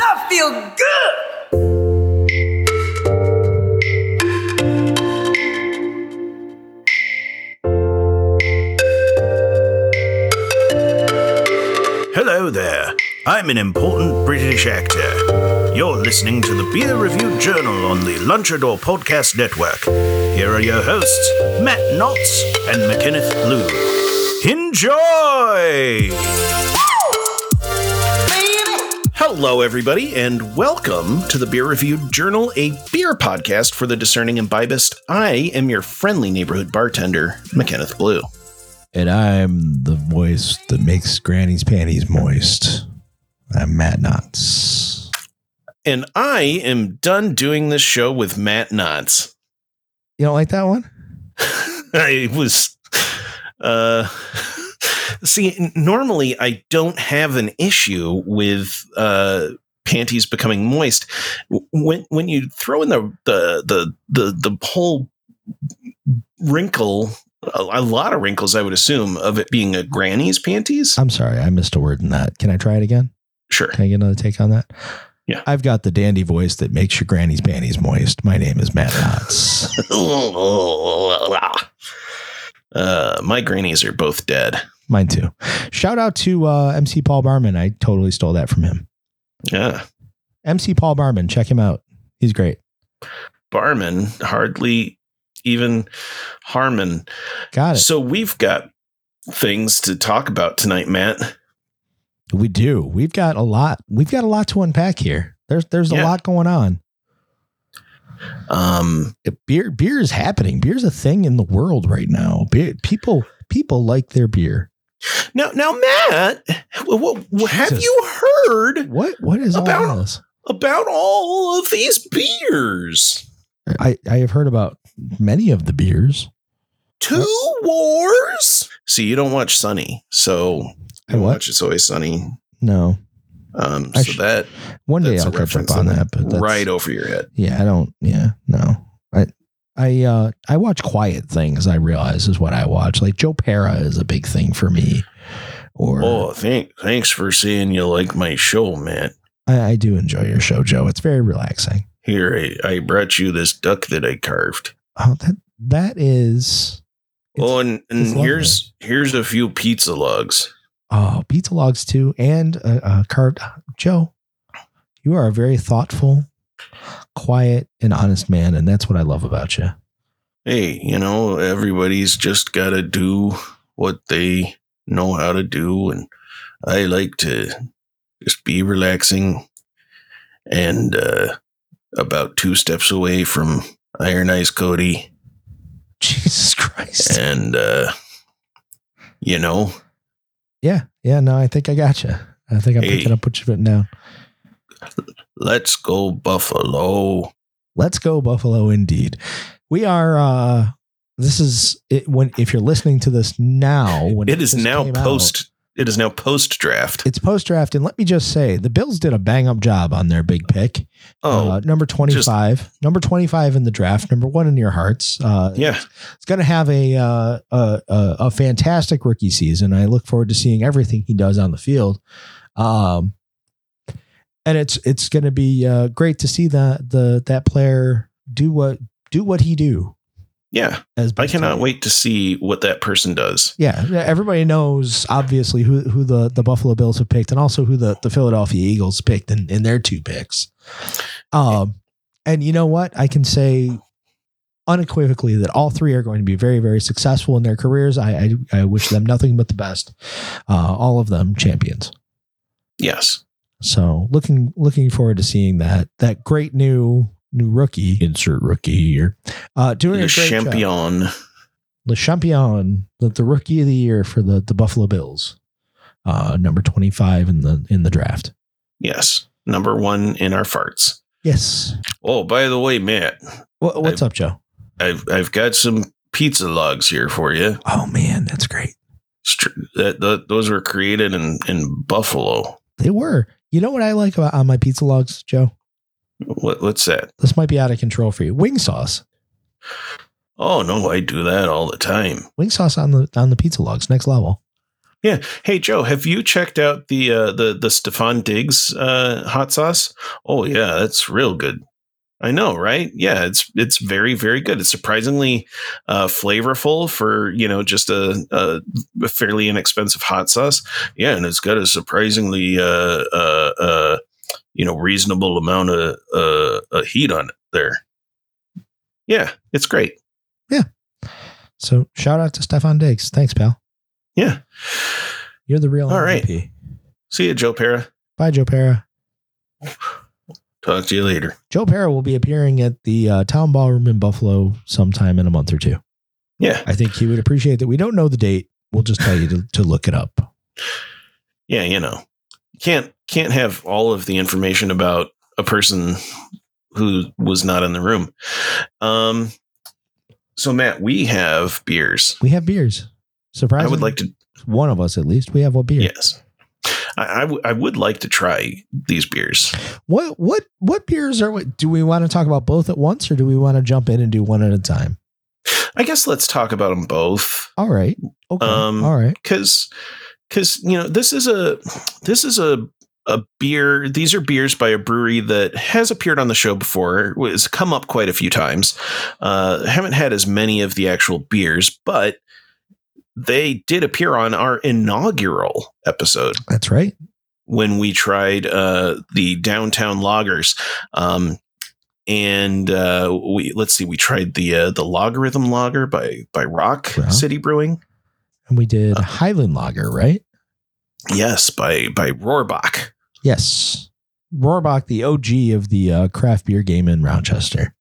I feel good. Hello there. I'm an important British actor. You're listening to the Beer Review Journal on the Lunchador Podcast Network. Here are your hosts, Matt Knotts and McKenneth Blue. Enjoy! Hello, everybody, and welcome to the Beer Review Journal, a beer podcast for the discerning imbibist. I am your friendly neighborhood bartender, McKenneth Blue. And I'm the voice that makes Granny's panties moist. I'm Matt Knotts. And I am done doing this show with Matt Knotts. You don't like that one? I was uh see n- normally I don't have an issue with uh panties becoming moist W- when when you throw in the the the the, the whole wrinkle a, a lot of wrinkles I would assume of it being a granny's panties I'm sorry, I missed a word in that. Can I try it again? sure Can I get another take on that? Yeah. I've got the dandy voice that makes your granny's panties moist. My name is Matt Knotts. uh my grannies are both dead Mine too. Shout out to uh, MC Paul Barman. I totally stole that from him. yeah MC Paul Barman, check him out. He's great. barman hardly even harmon Got it. So we've got things to talk about tonight, Matt. We do. We've got a lot. We've got a lot to unpack here. There's there's Yeah. a lot going on. Um, beer beer is happening. Beer's a thing in the world right now. Beer, people people like their beer. now, now, Matt, w- w- w- have Jesus. you heard What what is all About- this? about all of these beers? I I have heard about many of the beers. Two wars. See, you don't watch Sunny, so I I what? watch It's Always Sunny. No, Um, I so sh- that one day that's I'll a catch up reference on that. that- But that's, right over your head. yeah, I don't. Yeah, no. I I uh I watch quiet things. I realize is what I watch. Like Joe Para is a big thing for me. Or Oh, thank, thanks for saying you like my show, Matt. I, I do enjoy your show, Joe. It's very relaxing. Here, I, I brought you this duck that I carved. Oh, that that is. it's- oh, and, and lovely. here's here's a few pizza logs. Oh, pizza logs too, and uh, uh, carved Joe. You are a very thoughtful, quiet, and honest man, and that's what I love about you. hey, you know, everybody's just got to do what they know how to do. And I like to just be relaxing and uh, about two steps away from Iron Ice Cody. Jesus Christ. And, uh, you know, Yeah, yeah. No, I think I got you. I think I'm Hey. picking up what you're putting down. let's go Buffalo. Let's go Buffalo, indeed. We are. uh This is it, when if you're listening to this now, when It is just now came out, post. It is now post draft. it's post draft, and let me just say, the Bills did a bang up job on their big pick. Oh, uh, number 25 number 25 in the draft number one in your hearts uh yeah. it's going to have a, uh, a, a a fantastic rookie season i look forward to seeing everything he does on the field um and it's it's going to be uh great to see that the that player do what do what he do Yeah. as I best he cannot can. wait to see what that person does. yeah, yeah, everybody knows obviously who, who the, the Buffalo Bills have picked and also who the, the Philadelphia Eagles picked in, in their two picks. Um, and you know what? I can say unequivocally that all three are going to be very, very successful in their careers. I, I, I wish them nothing but the best. Uh, all of them champions. Yes. So looking looking forward to seeing that that great new new rookie insert rookie here uh, doing The a great champion. job. champion. Le Champion, the, the rookie of the year for the, the Buffalo Bills, uh, number 25 in the in the draft. Yes. number one in our farts. Yes. Oh, by the way, Matt, What, what's up, Joe? I've I've got some pizza logs here for you. Oh man, that's great. Str- that, tho- those were created in in Buffalo. They were. You know what I like about on my pizza logs, Joe? What, what's that? This might be out of control for you. Wing sauce. Oh no, I do that all the time. Wing sauce on the on the pizza logs, next level. Yeah. Hey Joe, have you checked out the uh, the the Stefan Diggs uh, hot sauce? Oh yeah, that's real good. I know, right? Yeah, it's it's very very good. It's surprisingly uh, flavorful for you know just a, a fairly inexpensive hot sauce. Yeah, and it's got a surprisingly uh, uh, uh, you know reasonable amount of uh, uh, heat on it there. Yeah, it's great. So shout out to Stefan Diggs. Thanks, pal. Yeah. You're the real All right. MVP. See you, Joe Para. Bye, Joe Para. Talk to you later. Joe Para will be appearing at the uh, town ballroom in Buffalo sometime in a month or two. Yeah. I think he would appreciate that. We don't know the date. We'll just tell you to, to look it up. yeah, you know, you can't can't have all of the information about a person who was not in the room. Um, so Matt, we have beers. We have beers. Surprise! I would like to. one of us at least. We have what beer? Yes, I I, w- I would like to try these beers. What what what beers are? we- Do we want to talk about both at once, or do we want to jump in and do one at a time? I guess let's talk about them both All right. Okay. Um, All right. because because you know this is a this is a a beer these are beers by a brewery that has appeared on the show before has come up quite a few times uh haven't had as many of the actual beers but they did appear on our inaugural episode That's right. when we tried uh, the downtown loggers. Um, and uh, we let's see, we tried the uh, the logarithm lager by by Rock Rock. City Brewing. And we did Uh, Highland Lager, right? Yes, by by Rohrbach. Yes. Rohrbach, the OG of the uh, craft beer game in Rochester.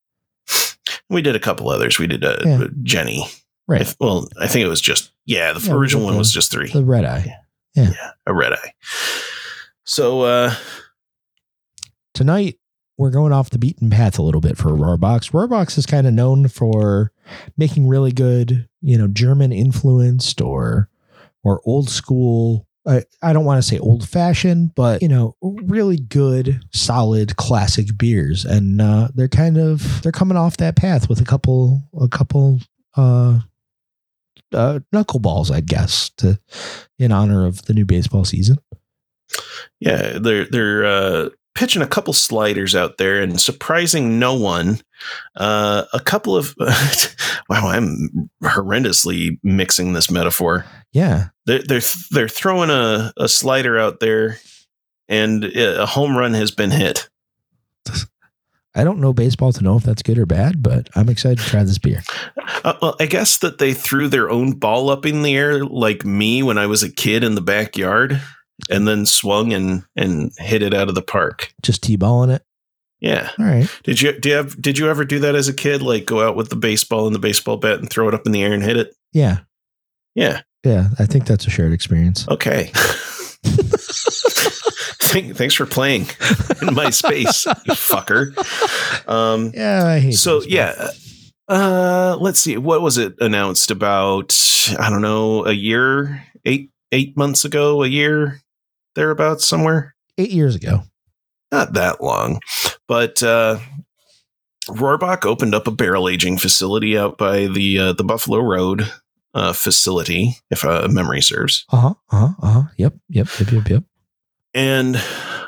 We did a couple others. We did uh, Yeah. Jenny. Right. If- well, I think it was just yeah. The Yeah, we original did one the- was just three. The red eye. a red eye. So uh, tonight we're going off the beaten path a little bit for Rohrbox. Rohrbox is kind of known for making really good, you know, German influenced or or old school. I, I don't want to say old fashioned, but you know, really good, solid, classic beers, and uh, they're kind of they're coming off that path with a couple a couple uh, uh, knuckleballs, I guess, to in honor of the new baseball season. yeah, they're they're uh, pitching a couple sliders out there and surprising no one. Uh, a couple of wow, I'm horrendously mixing this metaphor. Yeah, They're they're, they're throwing a, a slider out there, and uh, a home run has been hit. I don't know baseball to know if that's good or bad, but I'm excited to try this beer. Uh, well, I guess that they threw their own ball up in the air, like me when I was a kid in the backyard, and then swung and and hit it out of the park. Just t-balling it. Yeah. All right. Did you do you have did you ever do that as a kid? Like go out with the baseball and the baseball bat and throw it up in the air and hit it? Yeah. Yeah. Yeah. I think that's a shared experience. Okay. Thank, thanks for playing in my space, you fucker. Um, Yeah. I hate so baseball. yeah. Uh, let's see. What was it announced about? I don't know. A year, eight eight months ago, a year thereabouts somewhere. Eight years ago. not that long, but uh, Rohrbach opened up a barrel aging facility out by the uh, the Buffalo Road uh, facility, if uh, memory serves. Uh-huh. Uh-huh. Uh-huh. Yep. Yep. Yep. Yep. Yep. And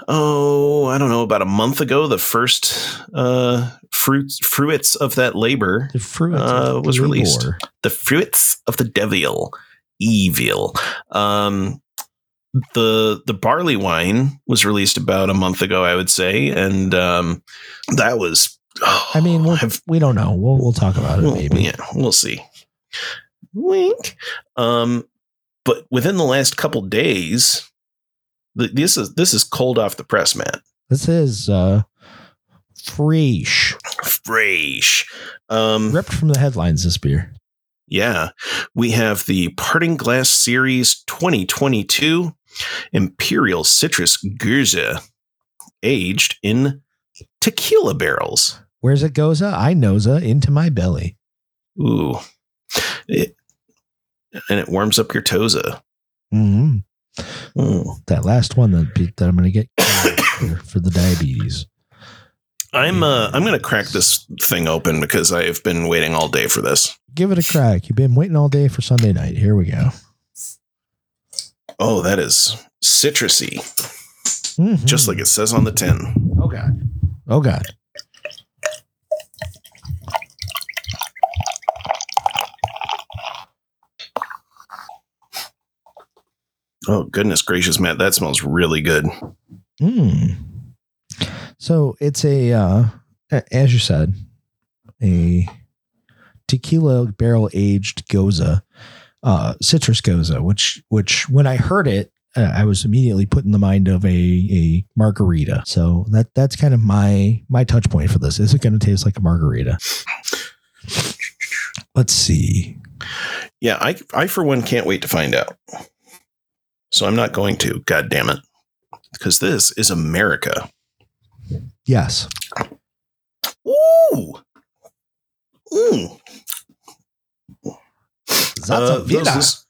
oh, I don't know, about a month ago, the first uh, fruits fruits of that labor, The fruit Uh, was released. the fruits of the devil, evil. Um, the the barley wine was released about a month ago, I would say, and um, that was. oh, I mean, we'll, I've- we don't know. We'll we'll talk about it Well, maybe. Yeah, we'll see. Wink. Um, but within the last couple days, th- this is this is cold off the press, man. This is uh fresh. Fresh. Um, Ripped from the headlines this beer. yeah, we have the Parting Glass Series 2022 Imperial Citrus Gurza aged in tequila barrels. Where's it goes? uh, I knows uh, into my belly. Ooh. It, and it warms up your uh, toza. hmm Mm. That last one that, be- that I'm going to get for, for the diabetes. I'm uh, I'm gonna crack this thing open because I have been waiting all day for this. Give it a crack. You've been waiting all day for Sunday night. Here we go. Oh, that is citrusy, Mhm. just like it says on the tin. oh god, oh god. Oh goodness gracious, Matt, that smells really good. Mm. So it's a, uh, a- as you said, a tequila barrel aged goza, uh, citrus goza, which which when I heard it, uh, I was immediately put in the mind of a a margarita. So that that's kind of my my touch point for this. Is it going to taste like a margarita? Let's see. Yeah, I I for one can't wait to find out. So I'm not going to. God damn it, because this is America. Yes. Ooh. Ooh. That's Uh, those, lis-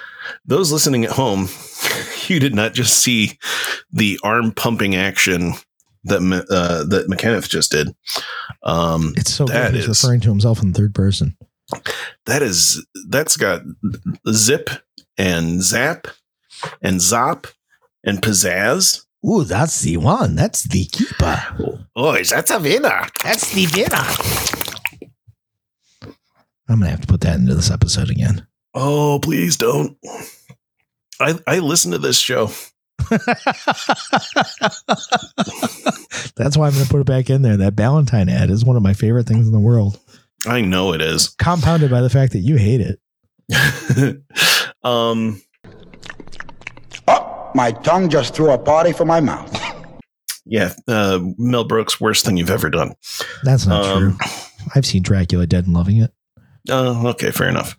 those listening at home, you did not just see the arm pumping action that Me- uh, that McKenneth just did. Um, it's so that good. He's is- referring to himself in third person. that is that's got zip and zap and zop and pizzazz. Ooh, that's the one. That's the keeper. Oh, that's a winner. That's the winner. I'm gonna have to put that into this episode again. Oh, please don't. I I listen to this show. That's why I'm gonna put it back in there. That Valentine ad is one of my favorite things in the world. I know it is. Compounded by the fact that you hate it. um Oh, my tongue just threw a party for my mouth. yeah, uh, Mel Brooks, worst thing you've ever done. That's not Um, true. I've seen Dracula dead and loving it. Uh, okay, fair enough.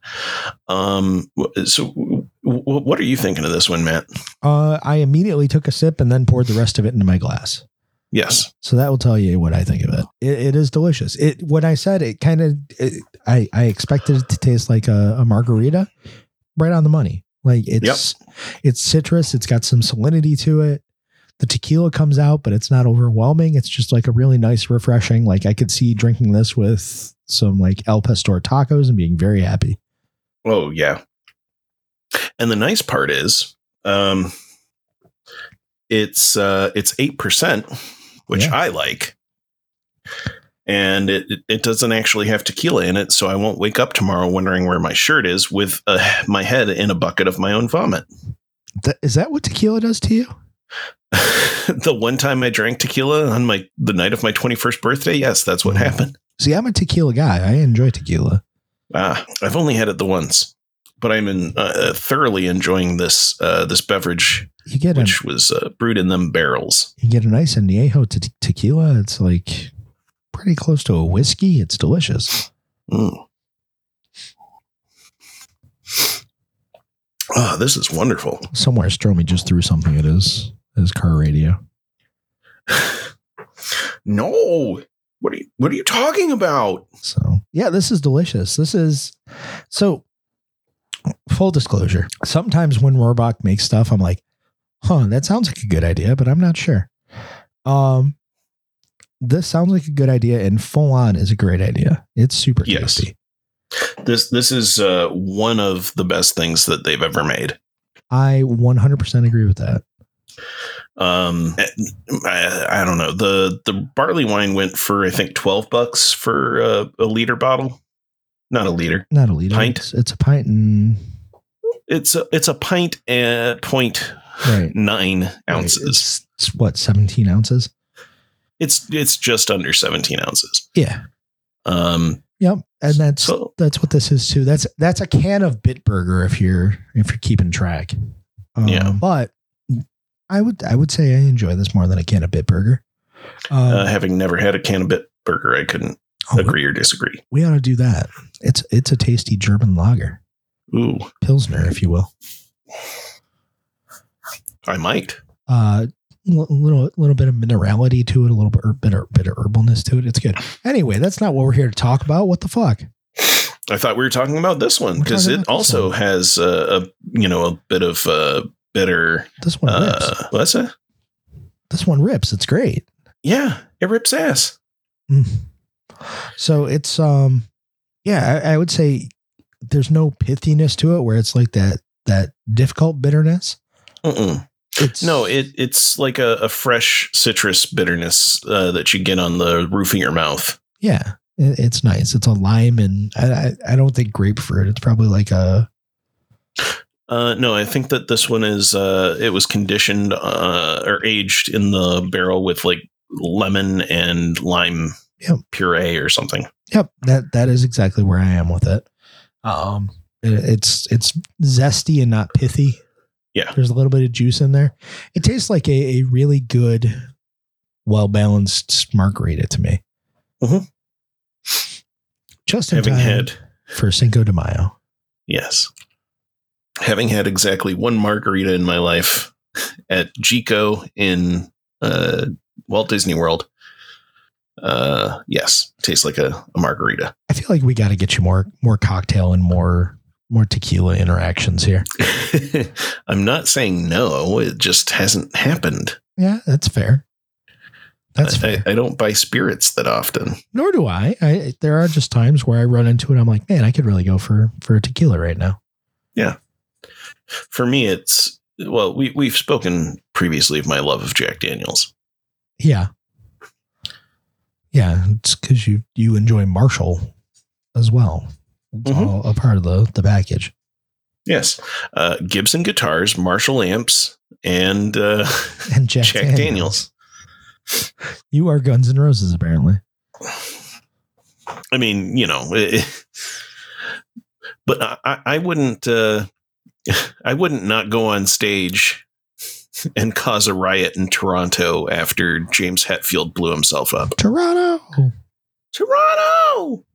Um, wh- so, w- w- what are you thinking of this one, Matt? Uh, I immediately took a sip and then poured the rest of it into my glass. Yes. So that will tell you what I think of it. It, it is delicious. It when I said it kind of I I expected it to taste like a, a margarita, right on the money. Like it's it's citrus. It's got some salinity to it. The tequila comes out, but it's not overwhelming. It's just like a really nice, refreshing. Like I could see drinking this with some like El Pastor tacos and being very happy. Oh, yeah. And the nice part is, um, it's uh, it's eight percent, which Yeah. I like, and it it- it doesn't actually have tequila in it, so I won't wake up tomorrow wondering where my shirt is with uh, my head in a bucket of my own vomit. Th- Is that what tequila does to you? the one time I drank tequila on my the night of my twenty first birthday, yes, that's what happened. See, I'm a tequila guy. I enjoy tequila. Ah, I've only had it the once, but I'm in, uh, uh, thoroughly enjoying this uh, this beverage, You get an, which was uh, brewed in them barrels. you get a nice añejo te- tequila. It's like pretty close to a whiskey. It's delicious. Mm. Oh, this is wonderful. Somewhere Stromy just threw something at his his car radio. No, what are you what are you talking about? So yeah, this is delicious. This is so. Full disclosure: sometimes when Rohrbach makes stuff, I'm like, "Huh, that sounds like a good idea," but I'm not sure. Um, this sounds like a good idea, and full on is a great idea. It's super Yes. tasty. This this is uh, one of the best things that they've ever made. I 100% agree with that. Um, I, I don't know the the barley wine went for I think twelve bucks for uh, a liter bottle, not a liter. Not a liter. Pint? It's, it's a pint and it's a it's a pint and point right. nine Right, ounces. It's, it's what, 17 ounces? It's it's just under seventeen ounces. Yeah. Um, Yep. And that's so that's what this is too. That's that's a can of Bitburger if you're if you're keeping track. Um, Yeah. But I would I would say I enjoy this more than a can of Bitburger. Um, uh, having never had a can of bit burger, I couldn't oh, agree or disagree. We ought to do that. It's it's a tasty German lager. Ooh, Pilsner, if you will. I might. Uh l- little little bit of minerality to it, a little bit, er, bit, of, bit of herbalness to it. It's good. Anyway, that's not what we're here to talk about. What the fuck? I thought we were talking about this one We're because talking it about this also one. has uh, a you know a bit of uh, bitter. This one rips. Uh, what's that? This one rips. It's great. Yeah, it rips ass. Mm. So it's um yeah, I, I would say there's no pithiness to it where it's like that that difficult bitterness. Mm-mm. It's No, it it's like a, a fresh citrus bitterness uh, that you get on the roof of your mouth. yeah, it, it's nice. It's a lime and I, I I don't think grapefruit. It's probably like a Uh, no, I think that this one is uh, it was conditioned uh, or aged in the barrel with like lemon and lime Yep. puree or something. yep. That that is exactly where I am with it. Um, it, it's it's zesty and not pithy. Yeah. there's a little bit of juice in there. It tastes like a, a really good, well balanced margarita to me. Mhm. Just in Mm-hmm. Having time had for Cinco de Mayo. Yes. Having had exactly one margarita in my life at Jico in uh, Walt Disney World. Uh, yes, tastes like a, a margarita. I feel like we got to get you more more cocktail and more more tequila interactions here. I'm not saying no, it just hasn't happened. Yeah, that's fair. That's I, fair. I, I don't buy spirits that often. Nor do I. I. There are just times where I run into it. I'm like, man, I could really go for for a tequila right now. For me, it's well, we, we've spoken previously of my love of Jack Daniels. Yeah. Yeah, it's because you you enjoy Marshall as well. It's Mhm. all a part of the the package. Yes. Uh, Gibson guitars, Marshall amps, and uh, And Jack, Jack Daniels. Daniels. You are Guns N' Roses, apparently. I mean, you know, it, but I- I, I wouldn't, uh, I wouldn't not go on stage and cause a riot in Toronto after James Hetfield blew himself up. Toronto. Toronto.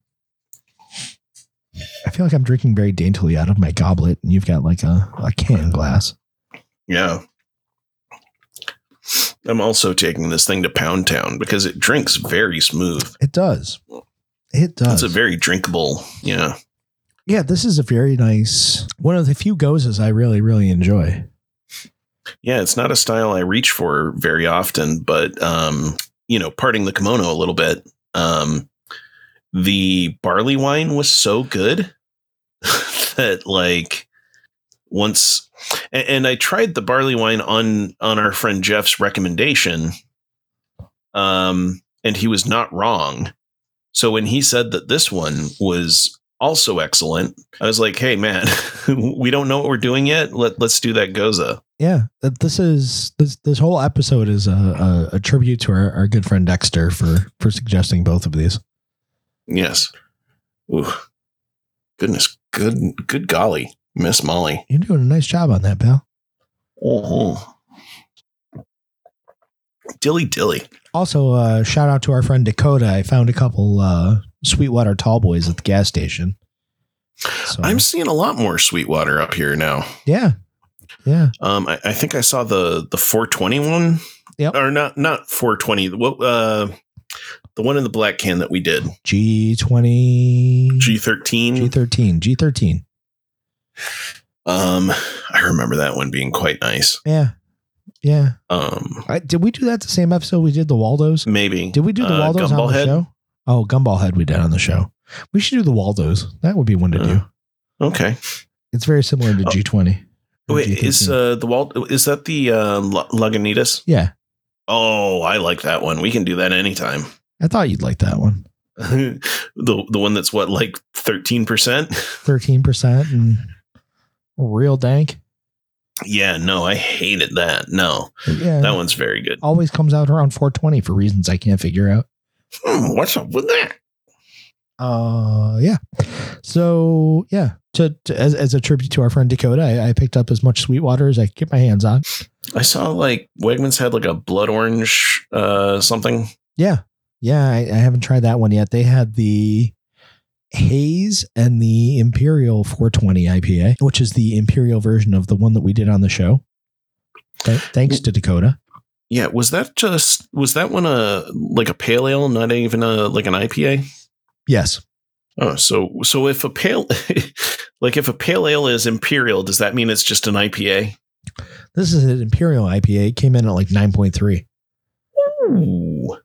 I feel like I'm drinking very daintily out of my goblet, and you've got like a, a can glass. Yeah. I'm also taking this thing to Pound Town because it drinks very smooth. It does. It It's does. a very drinkable. Yeah. yeah, this is a very nice one of the few goes I really, really enjoy. Yeah, it's not a style I reach for very often, but um, you know, parting the kimono a little bit. Um, the barley wine was so good that like once and, and I tried the barley wine on on our friend Jeff's recommendation. Um, and he was not wrong. So when he said that this one was also excellent, I was like, "Hey, man, we don't know what we're doing yet. Let let's do that goza." Yeah, th- this is this this whole episode is a, a, a tribute to our, our good friend Dexter for for suggesting both of these. Yes. Ooh. Goodness. Good. Good golly, Miss Molly. You're doing a nice job on that, pal. Uh-huh. Oh. Dilly dilly. Also, uh, shout out to our friend Dakota. I found a couple uh, Sweetwater tall boys at the gas station. So, I'm seeing a lot more Sweetwater up here now. yeah, yeah. Um, I, I think I saw the the 421. Yep. Or not not 420. What uh, the one in the black can that we did G twenty G13. Mm-hmm. G thirteen G thirteen. um, I remember that one being quite nice. Yeah, yeah. Um, I, did we do that the same episode we did the Waldos? maybe Did we do the Uh, Waldos on Gumball the Head? show? Oh, Gumball Head we did on the show. We should do the Waldos. That would be one to Uh, do. Okay. It's very similar to Oh. G20. or Wait, is G13. uh the Walt is that the uh, La- Lagunitas? yeah, Oh, I like that one. We can do that anytime. I thought you'd like that one. the the one that's what like 13%? 13% and real dank. Yeah, no, I hated that. No. Yeah. That one's very good. always comes out around 420 for reasons I can't figure out. Hmm, what's up with that? Uh yeah. So, yeah, to, to as as a tribute to our friend Dakota, I, I picked up as much Sweetwater as I could get my hands on. I saw like Wegmans had like a blood orange uh something. Yeah. Yeah, I, I haven't tried that one yet. They had the Haze and the Imperial 420 IPA, which is the Imperial version of the one that we did on the show. Th- thanks to Dakota. Yeah, was that just was that one a like a pale ale, not even a like an IPA? Yes. Oh, so so if a pale like if a pale ale is imperial, does that mean it's just an IPA? This is an Imperial IPA. It came in at like 9.3. Ooh.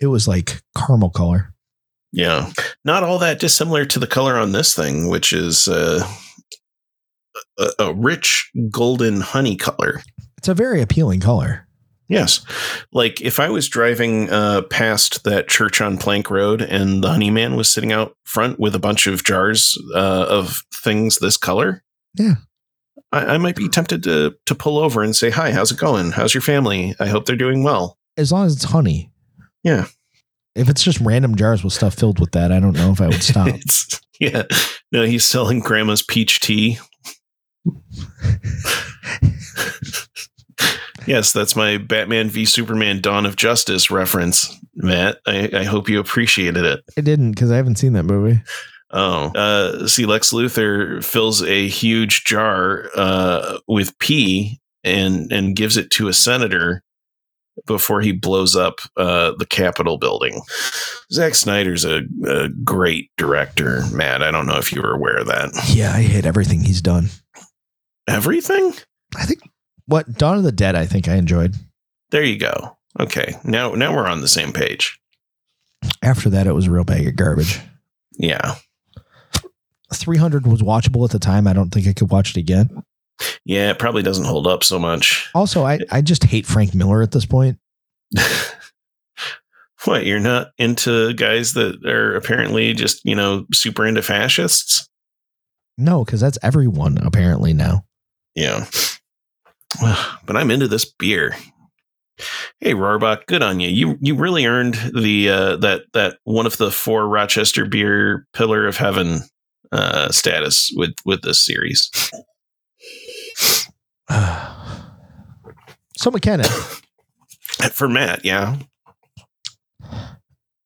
It was like caramel color. Yeah. Not all that dissimilar to the color on this thing, which is uh, a, a rich golden honey color. It's a very appealing color. Yes. Like if I was driving uh, past that church on Plank Road and the honey man was sitting out front with a bunch of jars uh, of things this color. Yeah. I, I might be tempted to, to pull over and say, Hi, how's it going? How's your family? I hope they're doing well. As long as it's honey. Yeah. If it's just random jars with stuff filled with that, I don't know if I would stop. It's- yeah. No, he's selling grandma's peach tea. yes, that's my Batman v Superman Dawn of Justice reference, Matt. I, I hope you appreciated it. I didn't because I haven't seen that movie. Oh, uh, see, Lex Luthor fills a huge jar uh, with pee and and gives it to a senator before he blows up uh, the Capitol building. Zack Snyder's a, a great director, Matt. I don't know if you were aware of that. Yeah, I hate everything he's done. Everything. I think what Dawn of the Dead. I think I enjoyed. There you go. Okay, now now we're on the same page. After that, it was a real bag of garbage. Yeah, 300 was watchable at the time. I don't think I could watch it again. yeah. It probably doesn't hold up so much. Also, I, I just hate Frank Miller at this point. What, you're not into guys that are apparently just, you know, super into fascists? No, because that's everyone apparently now. Yeah. But I'm into this beer. Hey Rohrbach, good on you. You you really earned the uh that that one of the four Rochester beer pillar of heaven uh status with with this series. so McKenna, For Matt, yeah.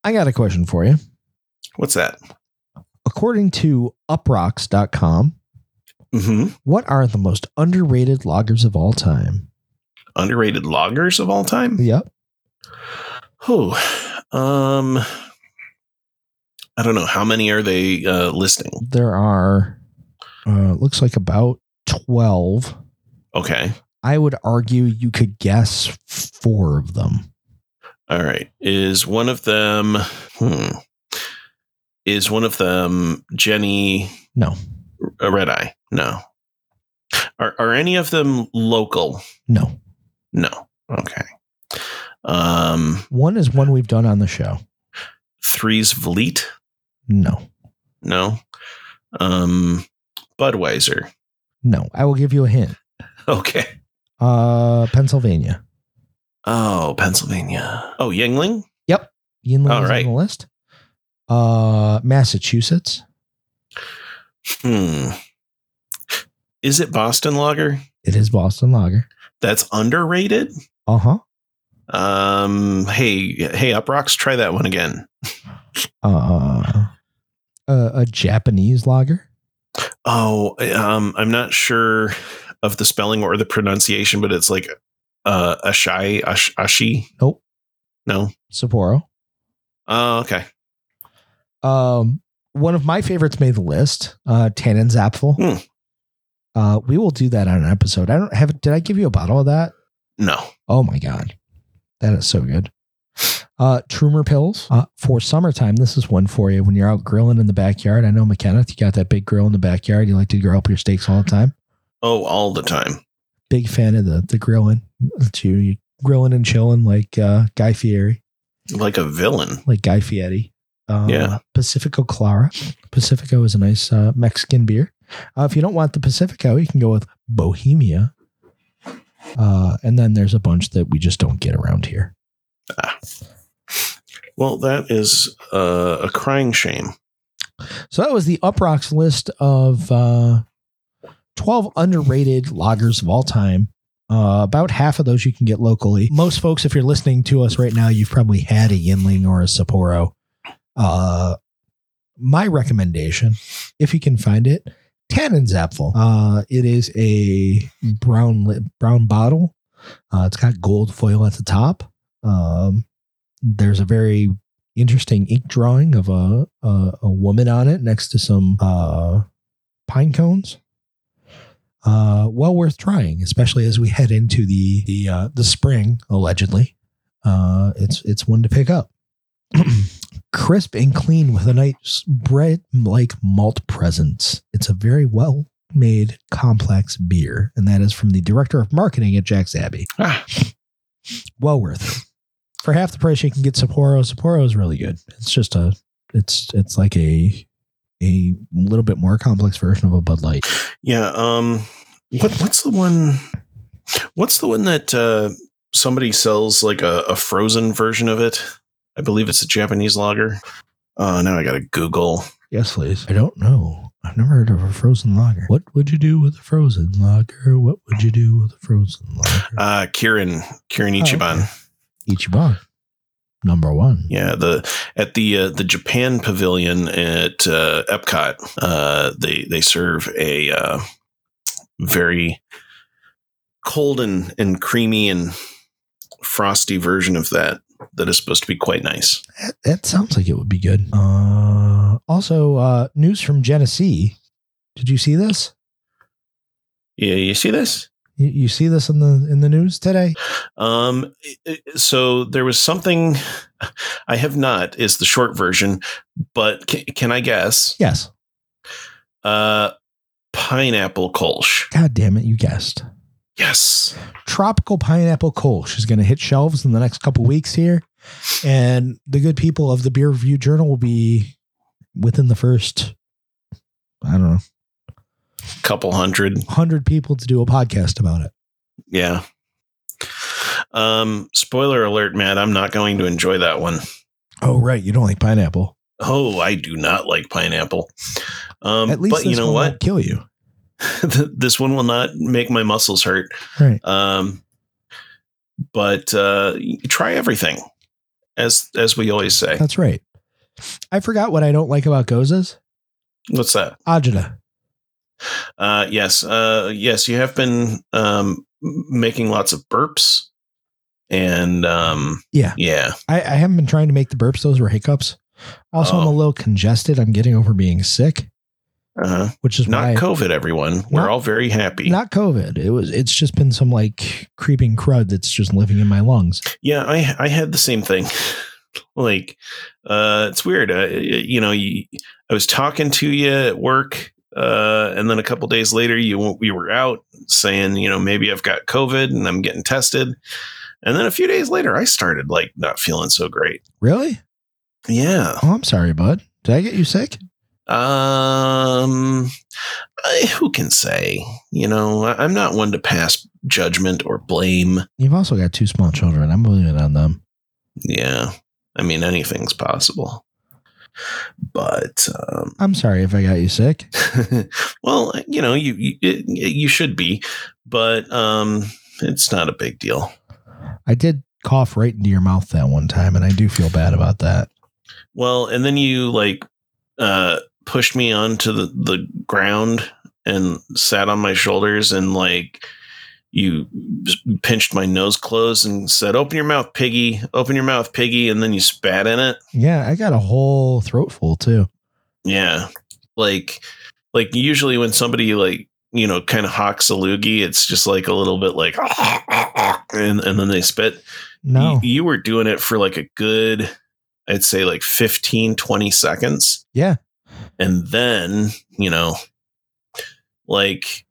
I got a question for you. What's that? According to uprocks.com, Mm-hmm. what are the most underrated loggers of all time? Underrated loggers of all time? Yep. Oh, um, I don't know how many are they uh, listing. There are uh looks like about 12. Okay, I would argue you could guess four of them. all right. Is one of them? Hmm. Is one of them Jenny No. uh, Red Eye? No. Are are any of them local? No. No. Okay. Um, One is one we've done on the show. three's Vliet? No. No. Um, Budweiser. No. I will give you a hint. Okay. Uh Pennsylvania. Oh, Pennsylvania. Oh, Yingling. Yinling All is right. on the list. Uh Massachusetts. Hmm. Is it Boston Lager? It is Boston Lager. That's underrated. Uh-huh. Um. Hey, hey, up rocks. Try that one again. Uh a, a Japanese lager. Oh, um, I'm not sure of the spelling or the pronunciation, but it's like uh, Ashai Ash, Ashi. Nope. No. Sapporo. Oh, okay. Um, one of my favorites made the list. Uh, Tannen's Apfel. Hmm. Uh, we will do that on an episode. I don't have. Did I give you a bottle of that? No. Oh my god, that is so good. Uh, Trumer pills uh, for summertime. This is one for you when you're out grilling in the backyard. I know McKenna, you got that big grill in the backyard. You like to grill up your steaks all the time. Oh, all the time. Big fan of the the grilling. Too you grilling and chilling like uh, Guy Fieri, Like a villain. like Guy Fieri. Uh, Yeah. Pacifico Clara. Pacifico is a nice uh, Mexican beer. Uh, if you don't want the Pacifico, you can go with Bohemia. Uh, and then there's a bunch that we just don't get around here. Well, that is uh, a crying shame. So that was the Uprocks list of uh, 12 underrated lagers of all time. Uh, about half of those you can get locally. Most folks, if you're listening to us right now, you've probably had a Yinling or a Sapporo. Uh, my recommendation, if you can find it, Tannen's Apfel. Uh, it is a brown li- brown bottle. Uh, it's got gold foil at the top. Um, there's a very interesting ink drawing of a a, a woman on it next to some uh, pine cones. Uh, well worth trying, especially as we head into the the uh, the spring. Allegedly, uh, it's it's one to pick up. Crisp and clean with a nice bread like malt presence. It's a very well made complex beer, and that is from the director of marketing at Jack's Abbey. Ah. Well worth it. For half the price, you can get Sapporo. Sapporo is really good. It's just a, it's it's like a, a little bit more complex version of a Bud Light. Yeah. Um. What What's the one? What's the one that uh, somebody sells like a, a frozen version of it? I believe it's a Japanese lager. Uh, now I gotta Google. Yes, please. I don't know. I've never heard of a frozen lager. What would you do with a frozen lager? What would you do with a frozen lager? Uh, Kirin Kirin Oh, Ichiban. okay. Ichiban, number one. Yeah, the at the uh, the Japan Pavilion at uh, Epcot, uh, they they serve a uh, very cold and and creamy and frosty version of that that is supposed to be quite nice. That, that sounds like it would be good. Uh, also, uh, news from Genesee. Did you see this? Yeah, you see this? You, you see this in the in the news today? Um, so there was something I have not is the short version, but can, can I guess? Yes. Uh, pineapple Kolsch. God damn it! You guessed. Yes. Tropical pineapple Kolsch is going to hit shelves in the next couple weeks here, and the good people of the Beer Review Journal will be within the first, I don't know, Couple hundred. hundred people to do a podcast about it. Yeah. Um, spoiler alert, Matt, I'm not going to enjoy that one. Oh right, you don't like pineapple. Oh, I do not like pineapple. Um, At least but you this know one what? won't kill you. this one will not make my muscles hurt. Right. Um, but uh, try everything, as as we always say. That's right. I forgot what I don't like about gozas. What's that? Ajita. Uh, yes, uh, yes. You have been um, m- making lots of burps, and um, Yeah. yeah. I, I haven't been trying to make the burps. Those were hiccups. Also, I'm a Oh. little congested. I'm getting over being sick, Uh-huh. which is why Not COVID, everyone. We're Not- all very happy. not COVID. It was. It's just been some like creeping crud that's just living in my lungs. yeah, I I had the same thing. like, uh, it's weird. Uh, you know, you, I was talking to you at work, uh, and then a couple days later, you we were out saying, you know, maybe I've got COVID and I'm getting tested, and then a few days later, I started like not feeling so great. Really? Yeah. Oh, I'm sorry, bud. Did I get you sick? Um, I, who can say? You know, I, I'm not one to pass judgment or blame. You've also got two small children. I'm blaming it on them. Yeah, I mean anything's possible. But um, I'm sorry if I got you sick. well, you know, you you, it, you should be, but um, it's not a big deal. I did cough right into your mouth that one time, and I do feel bad about that. Well, and then you like uh pushed me onto the the ground and sat on my shoulders and like you just pinched my nose closed and said, "Open your mouth, piggy! Open your mouth, piggy!" And then you spat in it. Yeah, I got a whole throat full too. Yeah, like like usually when somebody like you know kind of hawks a loogie, it's just like a little bit like and and then they spit. No. You, you were doing it for like a good, I'd say like 15, 20 seconds. Yeah. And then, you know, like,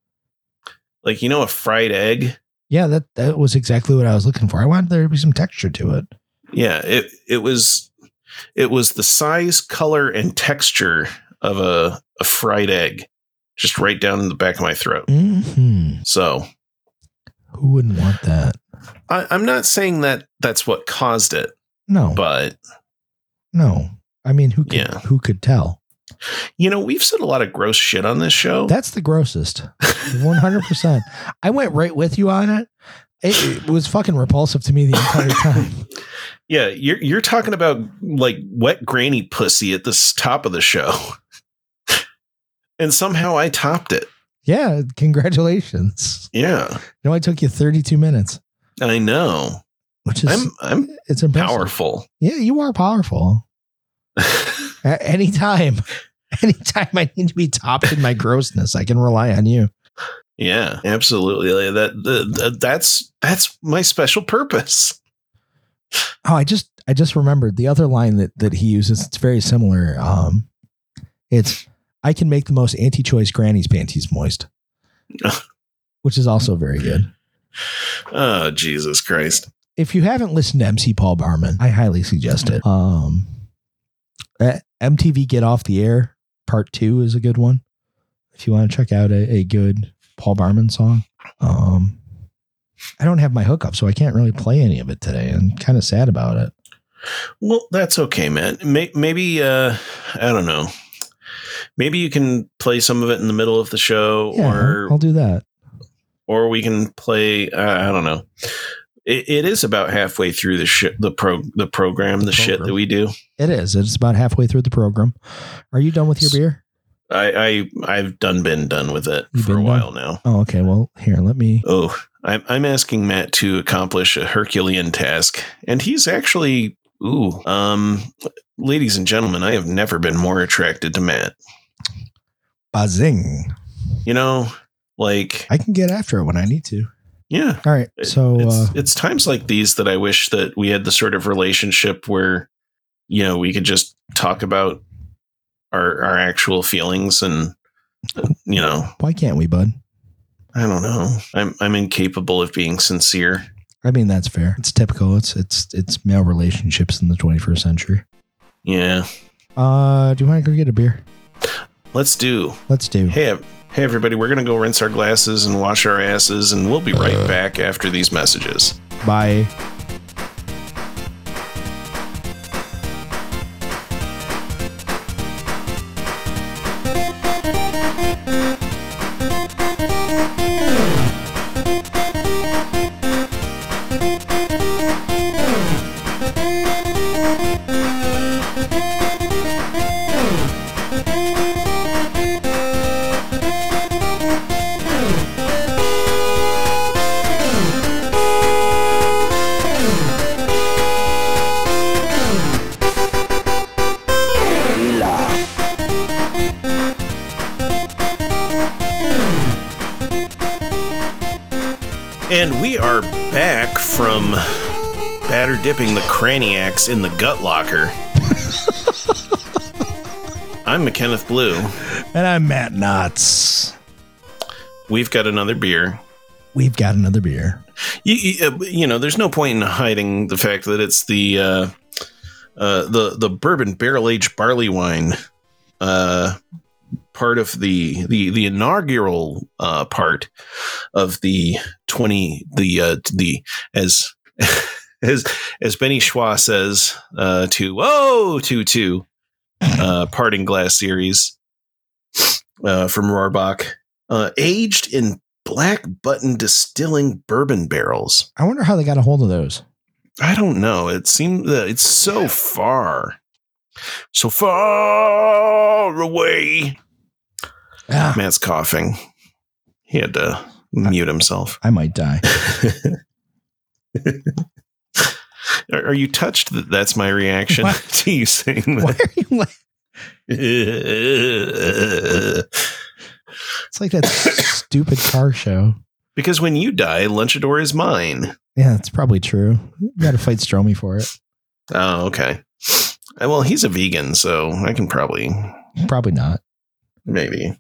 like, you know, a fried egg. Yeah, that that was exactly what I was looking for. I wanted there to be some texture to it. Yeah. It, it was, it was the size, color, and texture of a, a fried egg, just right down in the back of my throat. Mm-hmm. So Who wouldn't want that? I, I'm not saying that that's what caused it, No, but no. I mean, who could, Yeah. who could tell? you know, we've said a lot of gross shit on this show. That's the grossest. One hundred percent. I went right with you on it. it. It was fucking repulsive to me the entire time. Yeah, you're you're talking about like wet granny pussy at this top of the show. and somehow I topped it. Yeah, congratulations. Yeah. No, I took you thirty-two minutes. I know. which is I'm I'm it's impressive. powerful. Yeah, you are powerful. A- anytime, anytime I need to be topped in my grossness, I can rely on you. yeah, absolutely. Like, That the, the- that's that's my special purpose. Oh, I just I just remembered the other line that that he uses. It's very similar. Um, it's I can make the most anti-choice granny's panties moist, which is also very good. Oh Jesus Christ! If you haven't listened to MC Paul Barman, I highly suggest it. Um, uh, MTV Get Off the Air Part Two is a good one. If you want to check out a, a good Paul Barman song, um, I don't have my hookup, so I can't really play any of it today. I'm kind of sad about it. Well, that's okay, man. May, maybe uh, I don't know. Maybe you can play some of it in the middle of the show, Yeah, or I'll- I'll do that. or we can play. Uh, I don't know. It, it is about halfway through the sh- the pro the program, the, The shit program. that we do. It is. It's about halfway through the program. Are you done with your beer? I, I I've done been done with it You've for been a done? while now. Oh, okay. Well, here, let me. Oh, I'm I'm asking Matt to accomplish a Herculean task, and he's actually ooh. Um, ladies and gentlemen, I have never been more attracted to Matt. Bazing. You know, like I can get after it when I need to. yeah. All right. It- So, it's, uh, it's times like these that I wish that we had the sort of relationship where you know we could just talk about our our actual feelings and uh, you know why can't we, bud? I don't know. I'm I'm incapable of being sincere. I mean, that's fair. It's typical. It's it's it's male relationships in the 21st century. Yeah. Uh, do you want to go get a beer? Let's do. Let's do. Hey, ev- hey, everybody, we're going to go rinse our glasses and wash our asses, and we'll be right back after these messages. Bye. And we are back from batter dipping the craniacs in the gut locker. I'm McKenneth Blue. And I'm Matt Knotts. We've got another beer. We've got another beer. You, you, uh, you know, there's no point in hiding the fact that it's the uh, uh, the the bourbon barrel aged barley wine uh, part of the the the inaugural uh, part of the twenty the uh, the as as as Benny Schwa says uh, to oh to to uh, parting glass series uh, from Rohrbach uh, aged in black button distilling bourbon barrels. I wonder how they got a hold of those. I don't know. It seems that it's so far, so far away. Ah, Matt's coughing. He had to mute himself. I might die. Are, are you touched that that's my reaction What? to you saying Why that? are you? Like, it's like that stupid car show. because when you die, Lunchador is mine. Yeah, that's probably true. You got to fight Stromy for it. Oh, okay. Uh, Well, he's a vegan, so I can probably Probably not. maybe.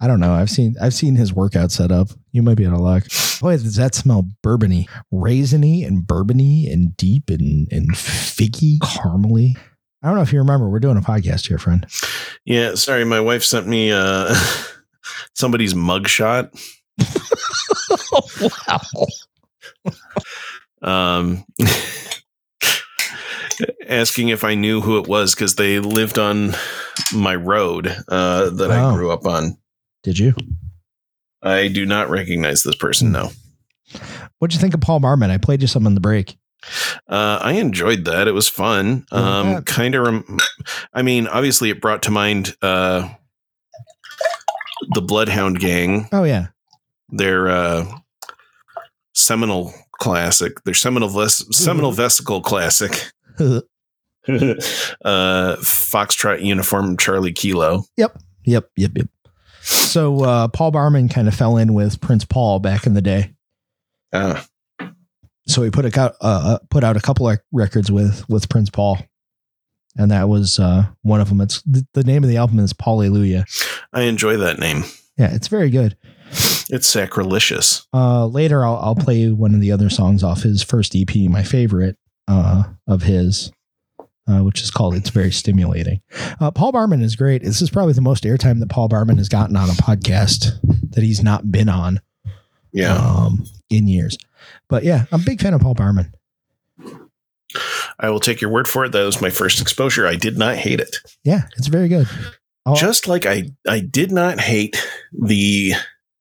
I don't know. I've seen I've seen his workout setup. You might be out of luck. Boy, does that smell bourbony, raisiny, and bourbony, and deep, and and figgy, caramely. I don't know if you remember, we're doing a podcast here, friend. Yeah, sorry, my wife sent me uh somebody's mugshot. wow. um, asking if I knew who it was because they lived on my road uh, that Wow. I grew up on. Did you? I do not recognize this person. No, What'd you think of Paul Marmon? I played you some on the break. uh, I enjoyed that. It was fun. Yeah. Um, kind of. Rem- I mean, obviously, it brought to mind uh, the Bloodhound Gang. Oh yeah. Their uh, seminal classic, their seminal ves- seminal vesicle classic, uh, Foxtrot uniform Charlie Kilo. Yep, yep, yep. So uh, Paul Barman kind of fell in with Prince Paul back in the day. Uh, So he put a cou- uh, uh, put out a couple of records with with Prince Paul, and that was uh, one of them. It's the, the name of the album is Hallelujah. I enjoy that name. Yeah, it's very good. It's sacrilegious. Uh, later, I'll I'll play you one of the other songs off his first EP, my favorite uh, of his, uh, which is called "It's Very Stimulating." Uh, Paul Barman is great. This is probably the most airtime that Paul Barman has gotten on a podcast that he's not been on. Yeah. um, in years. But yeah, I'm a big fan of Paul Barman. I will take your word for it. That was my first exposure. I did not hate it. Yeah, it's very good. Oh, Just like I, I did not hate the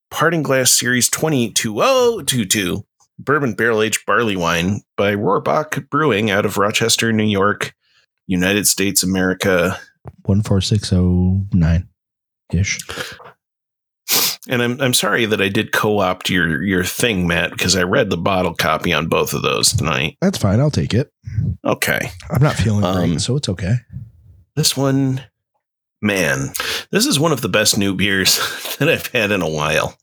Parting Glass Series 202022 Bourbon Barrel Aged Barley Wine by Rohrbach Brewing out of Rochester, New York, United States, America. 14609 ish. And I'm, I'm sorry that I did co opt your, your thing, Matt, because I read the bottle copy on both of those tonight. That's fine. I'll take it. Okay. I'm not feeling Um, great, so it's okay. This one, man, this is one of the best new beers that I've had in a while.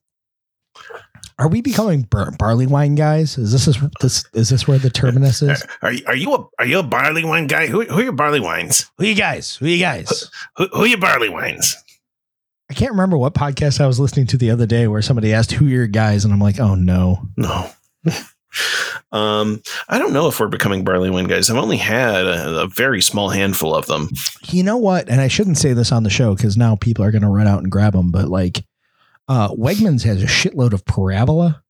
Are we becoming bar- barley wine guys? Is this is this is this where the terminus Are, is? are, are you a are you a barley wine guy? Who, who are your barley wines? Who you guys? Who you guys? Who, who are your barley wines? I can't remember what podcast I was listening to the other day where somebody asked who your guys, and I'm like, oh no. No. um, I don't know if we're becoming barley wine guys. I've only had a, a very small handful of them. You know what? And I shouldn't say this on the show because now people are going to run out and grab them. But like, uh, Wegmans has a shitload of Parabola,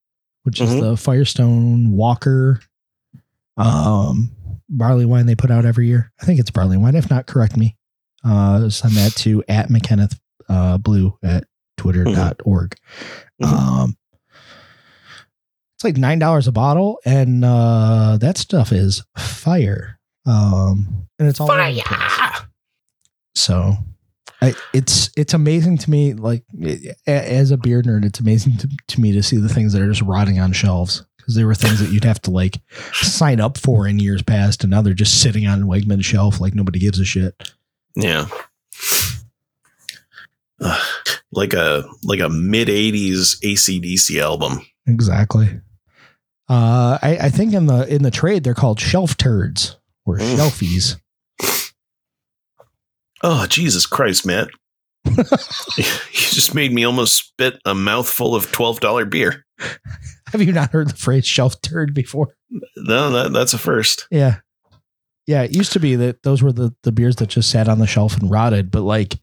which Mhm. is the Firestone Walker um, barley wine they put out every year. I think it's barley wine. If not, correct me. Uh, send that to at McKenneth uh, Blue at twitter.org. Mhm. Um, it's like $9 a bottle, and uh, that stuff is fire. Um, and it's all over the place. So I, it's it's amazing to me, like a- as a beer nerd, it's amazing to, to me to see the things that are just rotting on shelves because there were things that you'd have to like sign up for in years past, and now they're just sitting on Wegman's shelf like nobody gives a shit. Yeah. Ugh, like a like a mid '80s ACDC album. Exactly. Uh, I, I think in the in the trade they're called shelf turds or Mm. shelfies. Oh Jesus Christ, Matt! you just made me almost spit a mouthful of twelve dollar beer. Have you not heard the phrase shelf turd before? No, that, that's a first. Yeah. Yeah. It used to be that those were the, the beers that just sat on the shelf and rotted. But like,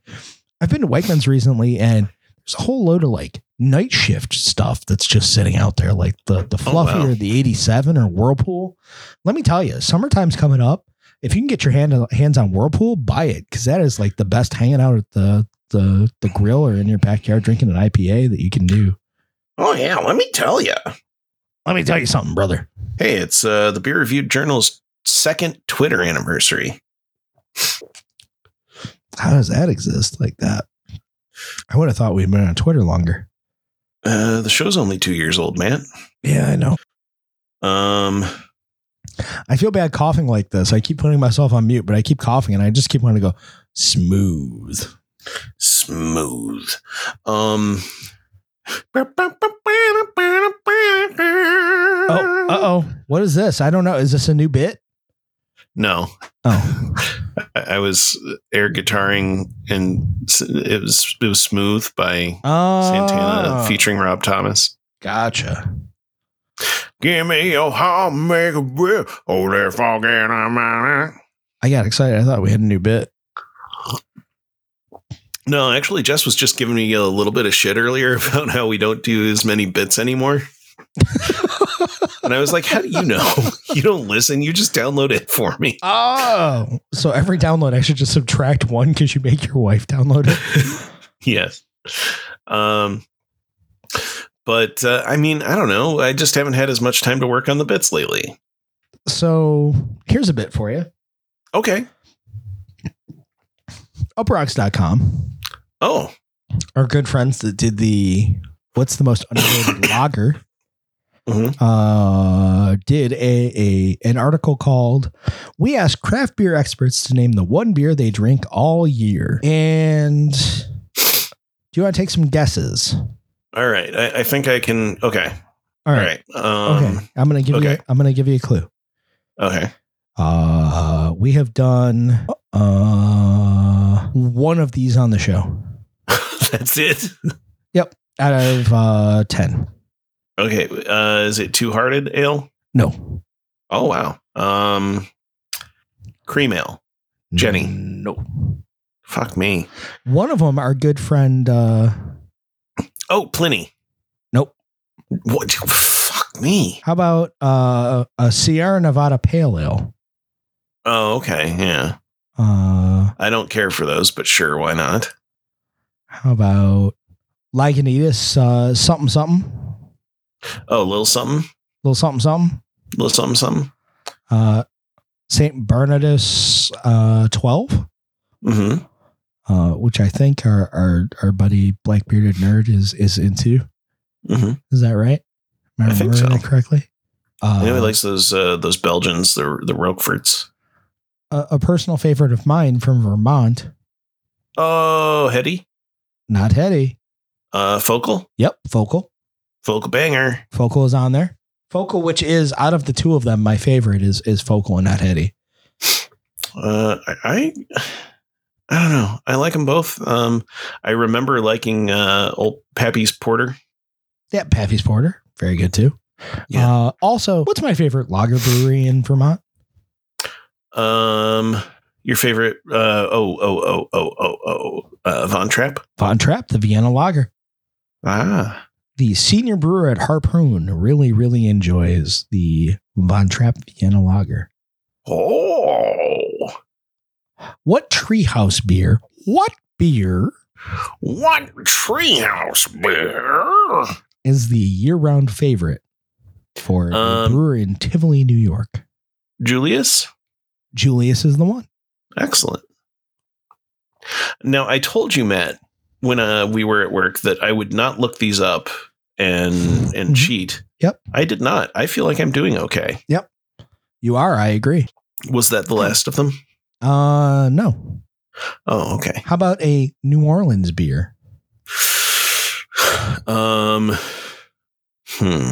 I've been to Wegmans recently and there's a whole load of like night shift stuff that's just sitting out there, like the, the Fluffy wow. or the 87 or Whirlpool. Let me tell you, summertime's coming up. If you can get your hand, hands on Whirlpool, buy it because that is like the best hanging out at the, the, the grill or in your backyard drinking an IPA that you can do. Oh yeah, let me tell you. Let me tell you something, brother. Hey, it's uh, the Beer Reviewed Journal's second Twitter anniversary. How does that exist like that? I would have thought we'd been on Twitter longer. Uh, the show's only two years old, man. Yeah, I know. Um, I feel bad coughing like this. I keep putting myself on mute, but I keep coughing and I just keep wanting to go smooth. smooth. Um. Oh, uh oh. What is this? I don't know. Is this a new bit? No, Oh, I, I was air guitaring, and s- it was it was smooth by Santana Oh. featuring Rob Thomas. Gotcha. Give me your heart, make a will. Oh, they're fucking on my. I got excited. I thought we had a new bit. No, actually, Jess was just giving me a little bit of shit earlier about how we don't do as many bits anymore. and I was like, how do you know? You don't listen. You just download it for me. Oh, so every download, I should just subtract one because you make your wife download it. Yes. Um, but uh, I mean, I don't know. I just haven't had as much time to work on the bits lately. so here's a bit for you Okay. uprocks.com Oh, are good friends that did the what's the most underrated lager. Mhm. uh, did a, a an article called "We Asked Craft Beer Experts to Name the One Beer They Drink All Year." And do you want to take some guesses? All right. I, I think I can. Okay. All All right. right. Um, okay. I'm gonna give you. A, okay. I'm gonna give you a clue. okay. Uh, we have done uh, one of these on the show That's it. out of uh, 10. Okay. Uh, is it Two Hearted Ale? No. Oh, wow. Um, cream ale. Jenny. No. Fuck me. One of them, our good friend, uh, Oh, Pliny. Nope. What? Fuck me. how about uh, a Sierra Nevada Pale Ale? Oh, okay. Yeah. Uh, I don't care for those, but sure. Why not? how about Lagunitas uh, something something? Oh, little something. Little something something? Little something, something. Uh, St. Bernardus uh, 12? Mm-hmm. uh, which I think our our our buddy black bearded nerd is is into. Mm-hmm. Is that right? Am I remembering think so. that correctly? Uh, I know he likes those uh, those Belgians, the the Roqueforts. Uh, a, a personal favorite of mine from Vermont, Oh, Hetty. not Hetty. Uh, Focal. Yep, Focal. Focal banger. Focal is on there. Focal, which is out of the two of them, my favorite is is Focal and not Hetty. Uh, I, I, I don't know. I like them both. Um, I remember liking uh, old Pappy's Porter. Yeah, Pappy's Porter, very good too. Yeah. Uh, also, what's my favorite lager brewery in Vermont? Um, your favorite? Uh, oh, oh, oh, oh, oh, oh, uh, Von Trapp. Von Trapp, the Vienna Lager. Ah, the senior brewer at Harpoon really, really enjoys the Von Trapp Vienna Lager. oh, What treehouse beer? What beer what treehouse beer? is the year-round favorite for a Um, brewer in Tivoli, New York? Julius, Julius is the one. excellent. Now, I told you, Matt, when uh, we were at work, that I would not look these up and and Mhm. cheat. Yep. I did not. I feel like I'm doing okay. You are. I agree. Was that the last of them? Uh, no. Oh, okay. How about a New Orleans beer? Um, hmm.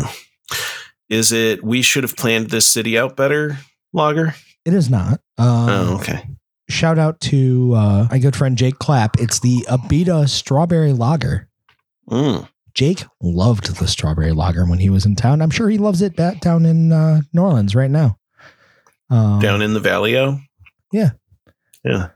Is it we should have planned this city out better, Lager? It is not. oh, Uh, okay. Shout out to uh, my good friend Jake Clapp. It's the Abita Strawberry Lager. Mm. Jake loved the strawberry lager when he was in town. I'm sure he loves it back down in uh, New Orleans right now. Um, Down in the valley, oh? Yeah. Yeah.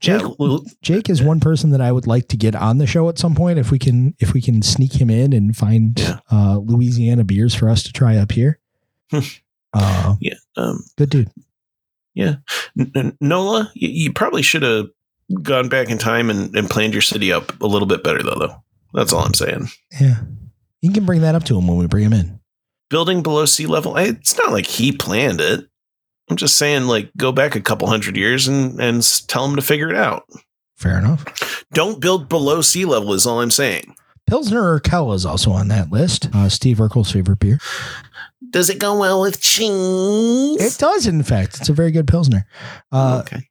Jake, yeah, l- Jake is one person that I would like to get on the show at some point if we can if we can sneak him in and find Yeah. uh, Louisiana beers for us to try up here. Hmm. uh, um, good dude. N- N- Nola, you, you probably should have gone back in time and, and planned your city up a little bit better, though, though. That's all I'm saying. Yeah, you can bring that up to him when we bring him in. Building below sea level, I- it's not like he planned it. I'm just saying, like, go back a couple hundred years and, and s- tell him to figure it out. Fair enough. Don't build below sea level is all I'm saying. Pilsner Urquell is also on that list. Uh, Steve Urkel's favorite beer. Does it go well with cheese? It does, in fact. It's a very good Pilsner. Uh, okay.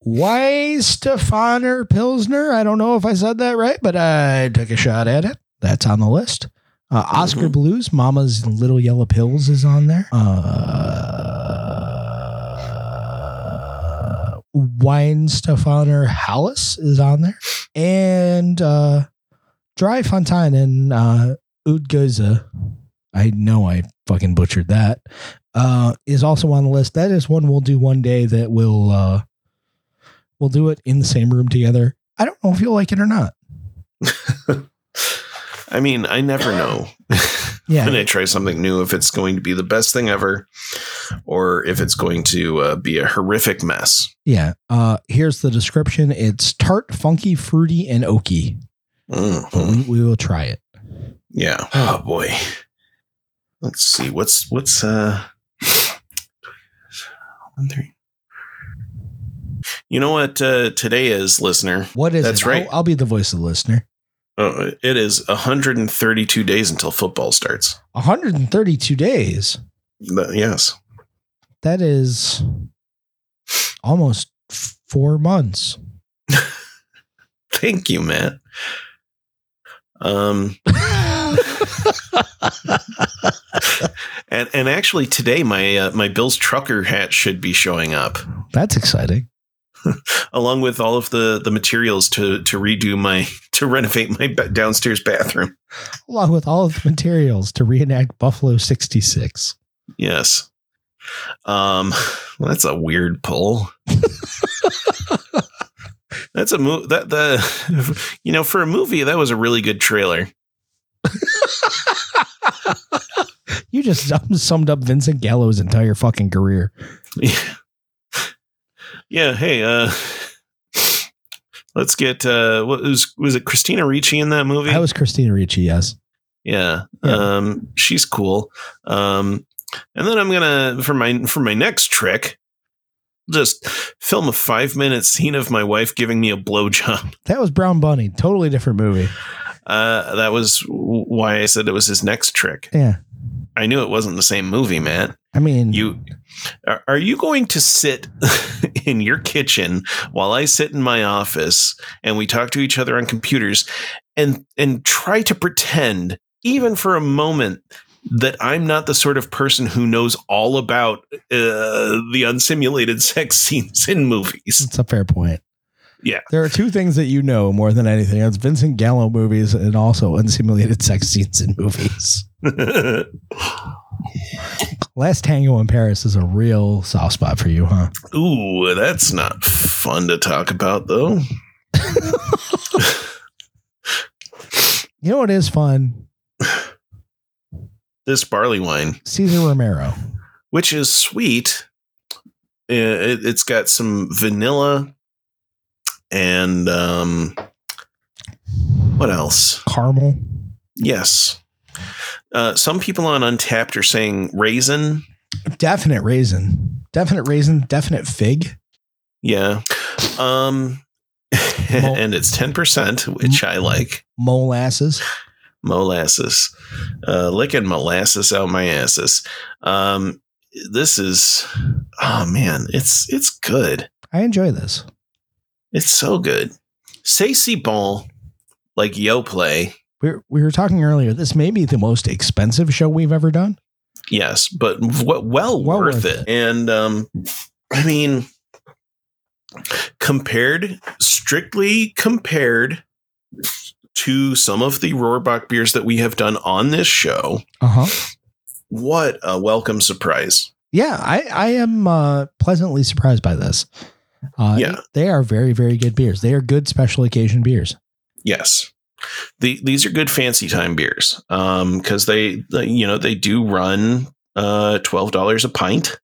Why Stefaner Pilsner? I don't know if I said that right, but I took a shot at it. That's on the list. Uh, Oscar Mhm. Blues, Mama's Little Yellow Pills is on there. Uh, Wine Stefaner Hallis is on there. And uh, Dry Fontaine and uh, Oud Goza. I know I fucking butchered that. Uh, is also on the list. That is one we'll do one day that will. Uh, We'll do it in the same room together. I don't know if you'll like it or not. I mean, I never know when I try something new if it's going to be the best thing ever or if it's going to uh, be a horrific mess. Yeah. Uh, here's the description it's tart, funky, fruity, and oaky. But Mhm. we, we will try it. Yeah. Oh boy. Let's see. What's what's uh one three. You know what uh, today is, listener? What is That's it? right. I'll, I'll be the voice of the listener. Oh, it is 132 days until football starts. 132 days. Th- yes. That is almost f- four months. Thank you, Matt. Um, and and actually today my uh, my Bill's trucker hat should be showing up That's exciting. along with all of the the materials to to redo my to renovate my ba- downstairs bathroom. Along with all of the materials to reenact Buffalo 66. Yes. Um, well, that's a weird pull. that's a mo- that the you know for a movie that was a really good trailer. You just sum- summed up Vincent Gallo's entire fucking career. Yeah. Yeah. Hey, uh, let's get, uh, what was, was it Christina Ricci in that movie? That was Christina Ricci, yes. yeah. Yeah. Um, she's cool. Um, and then I'm going to, for my, for my next trick, just film a five minute scene of my wife giving me a blowjob. That was Brown Bunny. Totally different movie. Uh, that was why I said it was his next trick. Yeah. I knew it wasn't the same movie, Matt. I mean, You are, are you going to sit in your kitchen while I sit in my office and we talk to each other on computers and and try to pretend even for a moment that I'm not the sort of person who knows all about uh, the unsimulated sex scenes in movies. it's a fair point. Yeah. There are two things that you know more than anything. It's Vincent Gallo movies and also unsimulated sex scenes in movies. Last Tango in Paris is a real soft spot for you, huh? Ooh, that's not fun to talk about though. You know what is fun? This barley wine. Caesar Romero. which is sweet. Uh, It, it's got some vanilla and um, what else? Caramel. Yes. Uh, some people on Untapped are saying raisin. Definite raisin. Definite raisin. Definite fig. Yeah. Um, Mol- and it's 10%, which I like. Molasses. Molasses. Uh, licking molasses out my asses. Um, this is, oh man, it's it's good. I enjoy this. It's so good. Say si bon, like yo play. We were, we were talking earlier. This may be the most expensive show we've ever done. Yes, but w- well, Well worth worth it. And um, I mean, compared, strictly compared to some of the Rohrbach beers that we have done on this show, Uh huh. what a welcome surprise. Yeah, I I am uh, pleasantly surprised by this. Uh, Yeah. they are very very good beers. They are good special occasion beers. Yes. The, these are good fancy time beers because they, they, you know, they do run uh, $12 a pint.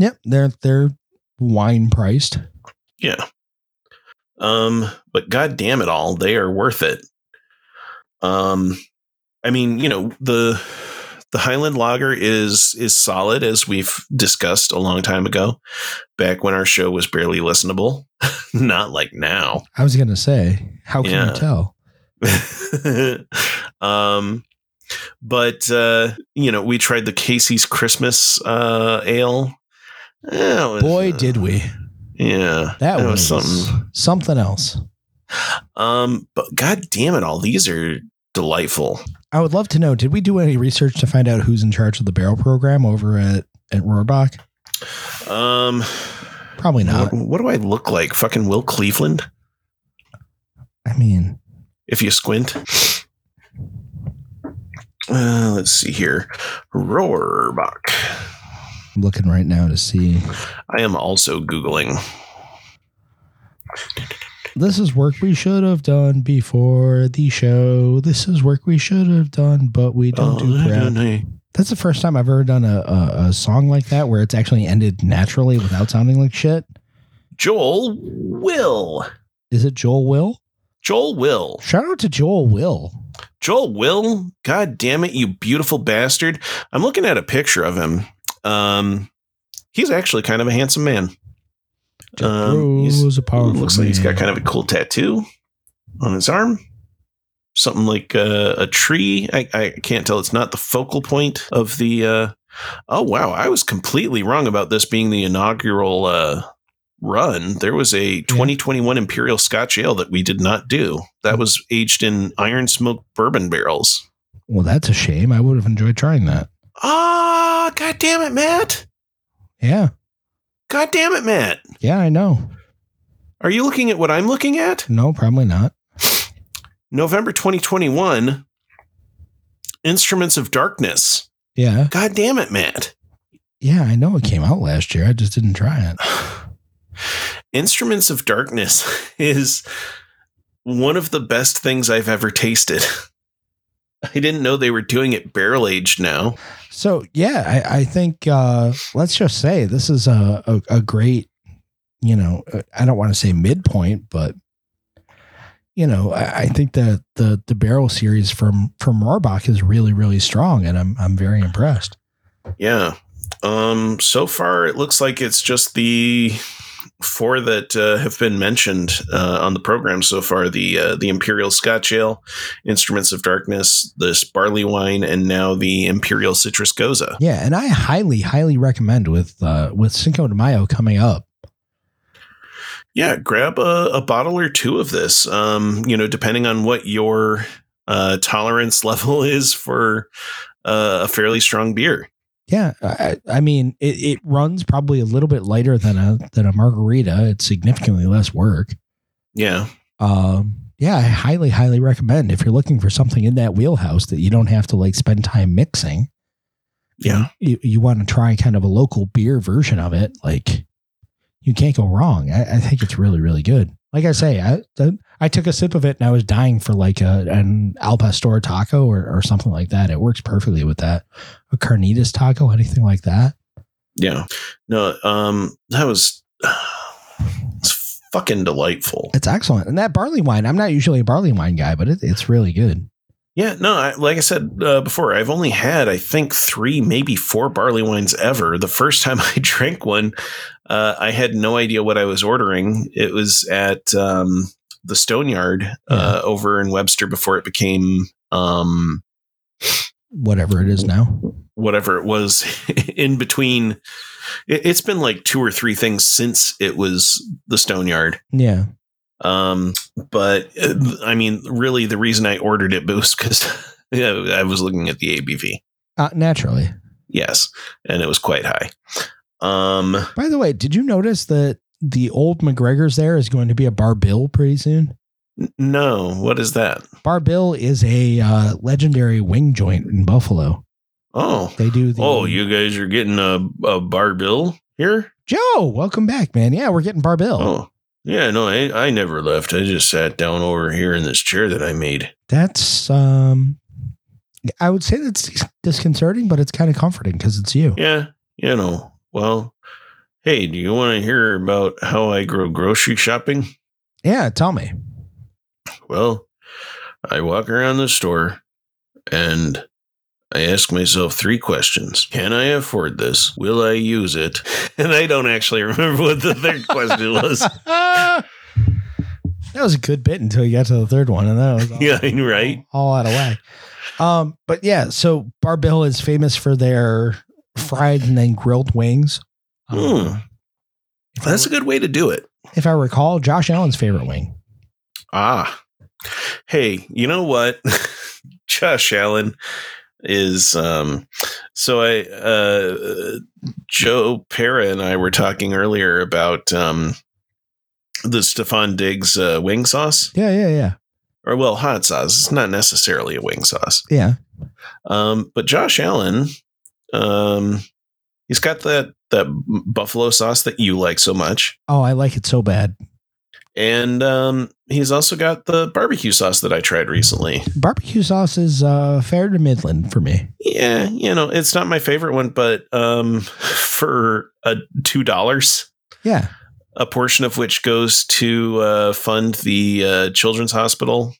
Yep, they're they're wine priced. Yeah. Um, but god damn it all, they are worth it. Um I mean, you know, the the Highland Lager is is solid as we've discussed a long time ago, back when our show was barely listenable. Not like now. I was gonna say, how can Yeah. you tell? um but uh you know, we tried the Casey's Christmas uh ale. Eh, it was- Boy, did we! yeah. That was something. something else. Um, but god damn it all, these are delightful. I would love to know. Did we do any research to find out who's in charge of the barrel program over at at Rohrbach? Um Probably not. what, what do I look like? Fucking Will Cleveland? I mean, If you squint. Uh, let's see here. Rohrbach. I'm looking right now to see. I am also Googling. This is work we should have done before the show. This is work we should have done, but we don't Oh, do prep. That's the first time I've ever done a, a, a song like that where it's actually ended naturally without sounding like shit. Joel Will. Is it Joel Will? Joel Will. Shout out to Joel Will. Joel Will, god damn it, you beautiful bastard. I'm looking at a picture of him. Um, he's actually kind of a handsome man. Um, he's- Rose, a powerful looks like he's man. got kind of a cool tattoo on his arm. something like uh, a tree. I, I can't tell. It's not the focal point of the. Uh, oh wow, I was completely wrong about this being the inaugural uh, run. There was a 2021 Imperial Scotch Ale that we did not do. That Mm. was aged in iron smoked bourbon barrels. Well, that's a shame. I would have enjoyed trying that. Ah, god damn it, Matt! Yeah. God damn it, Matt! Yeah, I know. Are you looking at what I'm looking at? No, probably not. November 2021, Instruments of Darkness. Yeah. God damn it, Matt. Yeah, I know it came out last year. I just didn't try it. Instruments of Darkness is one of the best things I've ever tasted. I didn't know they were doing it barrel aged now. So yeah, I, I think uh, let's just say this is a, a, a great, you know, uh, I don't want to say midpoint, but you know, I, I think that the the barrel series from from Rohrbach is really really strong, and I'm I'm very impressed. Yeah. Um, so far, it looks like it's just the four that uh, have been mentioned uh, on the program so far: the uh, the Imperial Scotch Ale, Instruments of Darkness, this barley wine, and now the Imperial Citrus Goza. Yeah, and I highly highly recommend with uh, with Cinco de Mayo coming up. Yeah, grab a, a bottle or two of this. Um, you know, depending on what your uh, tolerance level is for uh, a fairly strong beer. Yeah, I, I mean it, it runs probably a little bit lighter than a than a margarita. It's significantly less work. Yeah. Um, yeah, I highly highly recommend if you're looking for something in that wheelhouse that you don't have to like spend time mixing. Yeah. You you want to try kind of a local beer version of it, like you can't go wrong. I, I think it's really really good. Like I say, I I took a sip of it and I was dying for like a an al pastor taco or, or something like that. It works perfectly with that a carnitas taco, anything like that. Yeah. No, um, that was it's fucking delightful. It's excellent. And that barley wine, I'm not usually a barley wine guy, but it, it's really good. Yeah, no, I, like I said uh, before, I've only had, I think, three, maybe four barley wines ever. The first time I drank one, uh, I had no idea what I was ordering. It was at um, the Stone Yard uh, over in Webster before it became um, Whatever it is now. whatever it was in between. It, it's been like two or three things since it was the Stone Yard. Yeah. Um, but uh, I mean, really, the reason I ordered it was because yeah, I was looking at the ABV. Uh, naturally. Yes, and it was quite high. Um, By the way, did you notice that the old McGregor's there is going to be a Bar Bill pretty soon? n- no, what is that? Bar Bill is a uh, legendary wing joint in Buffalo. Oh, They do the. oh, you guys are getting a, a bar bill here? Joe, welcome back, man. Yeah, we're getting Bar Bill. Oh, yeah, no, I, I never left. I just sat down over here in this chair that I made. That's um, I would say that's disconcerting, but it's kind of comforting because it's you. Yeah, you know, well, hey, do you want to hear about how I grow grocery shopping? Yeah, tell me. Well, I walk around the store and I ask myself three questions. Can I afford this? Will I use it? And I don't actually remember what the third question was. that was a good bit until you got to the third one, and that was all, Yeah, right. all out of whack. Um, but yeah, so Bar Bill is famous for their fried and then grilled wings. Um, Hmm. if, I, That's a good way to do it. if I recall, Josh Allen's favorite wing. Ah. Hey, you know what? Josh Allen is um so I uh Joe Para and I were talking earlier about um the Stefan Diggs uh, wing sauce. Yeah, yeah, yeah, or well, hot sauce. It's not necessarily a wing sauce. yeah. Um, but Josh Allen, um, he's got that that buffalo sauce that you like so much, Oh, I like it so bad. and um, he's also got the barbecue sauce that I tried recently. Barbecue sauce is uh, fair to Midland for me. Yeah, you know, it's not my favorite one, but um, for uh, two dollars. Yeah, A portion of which goes to uh, fund the uh, children's hospital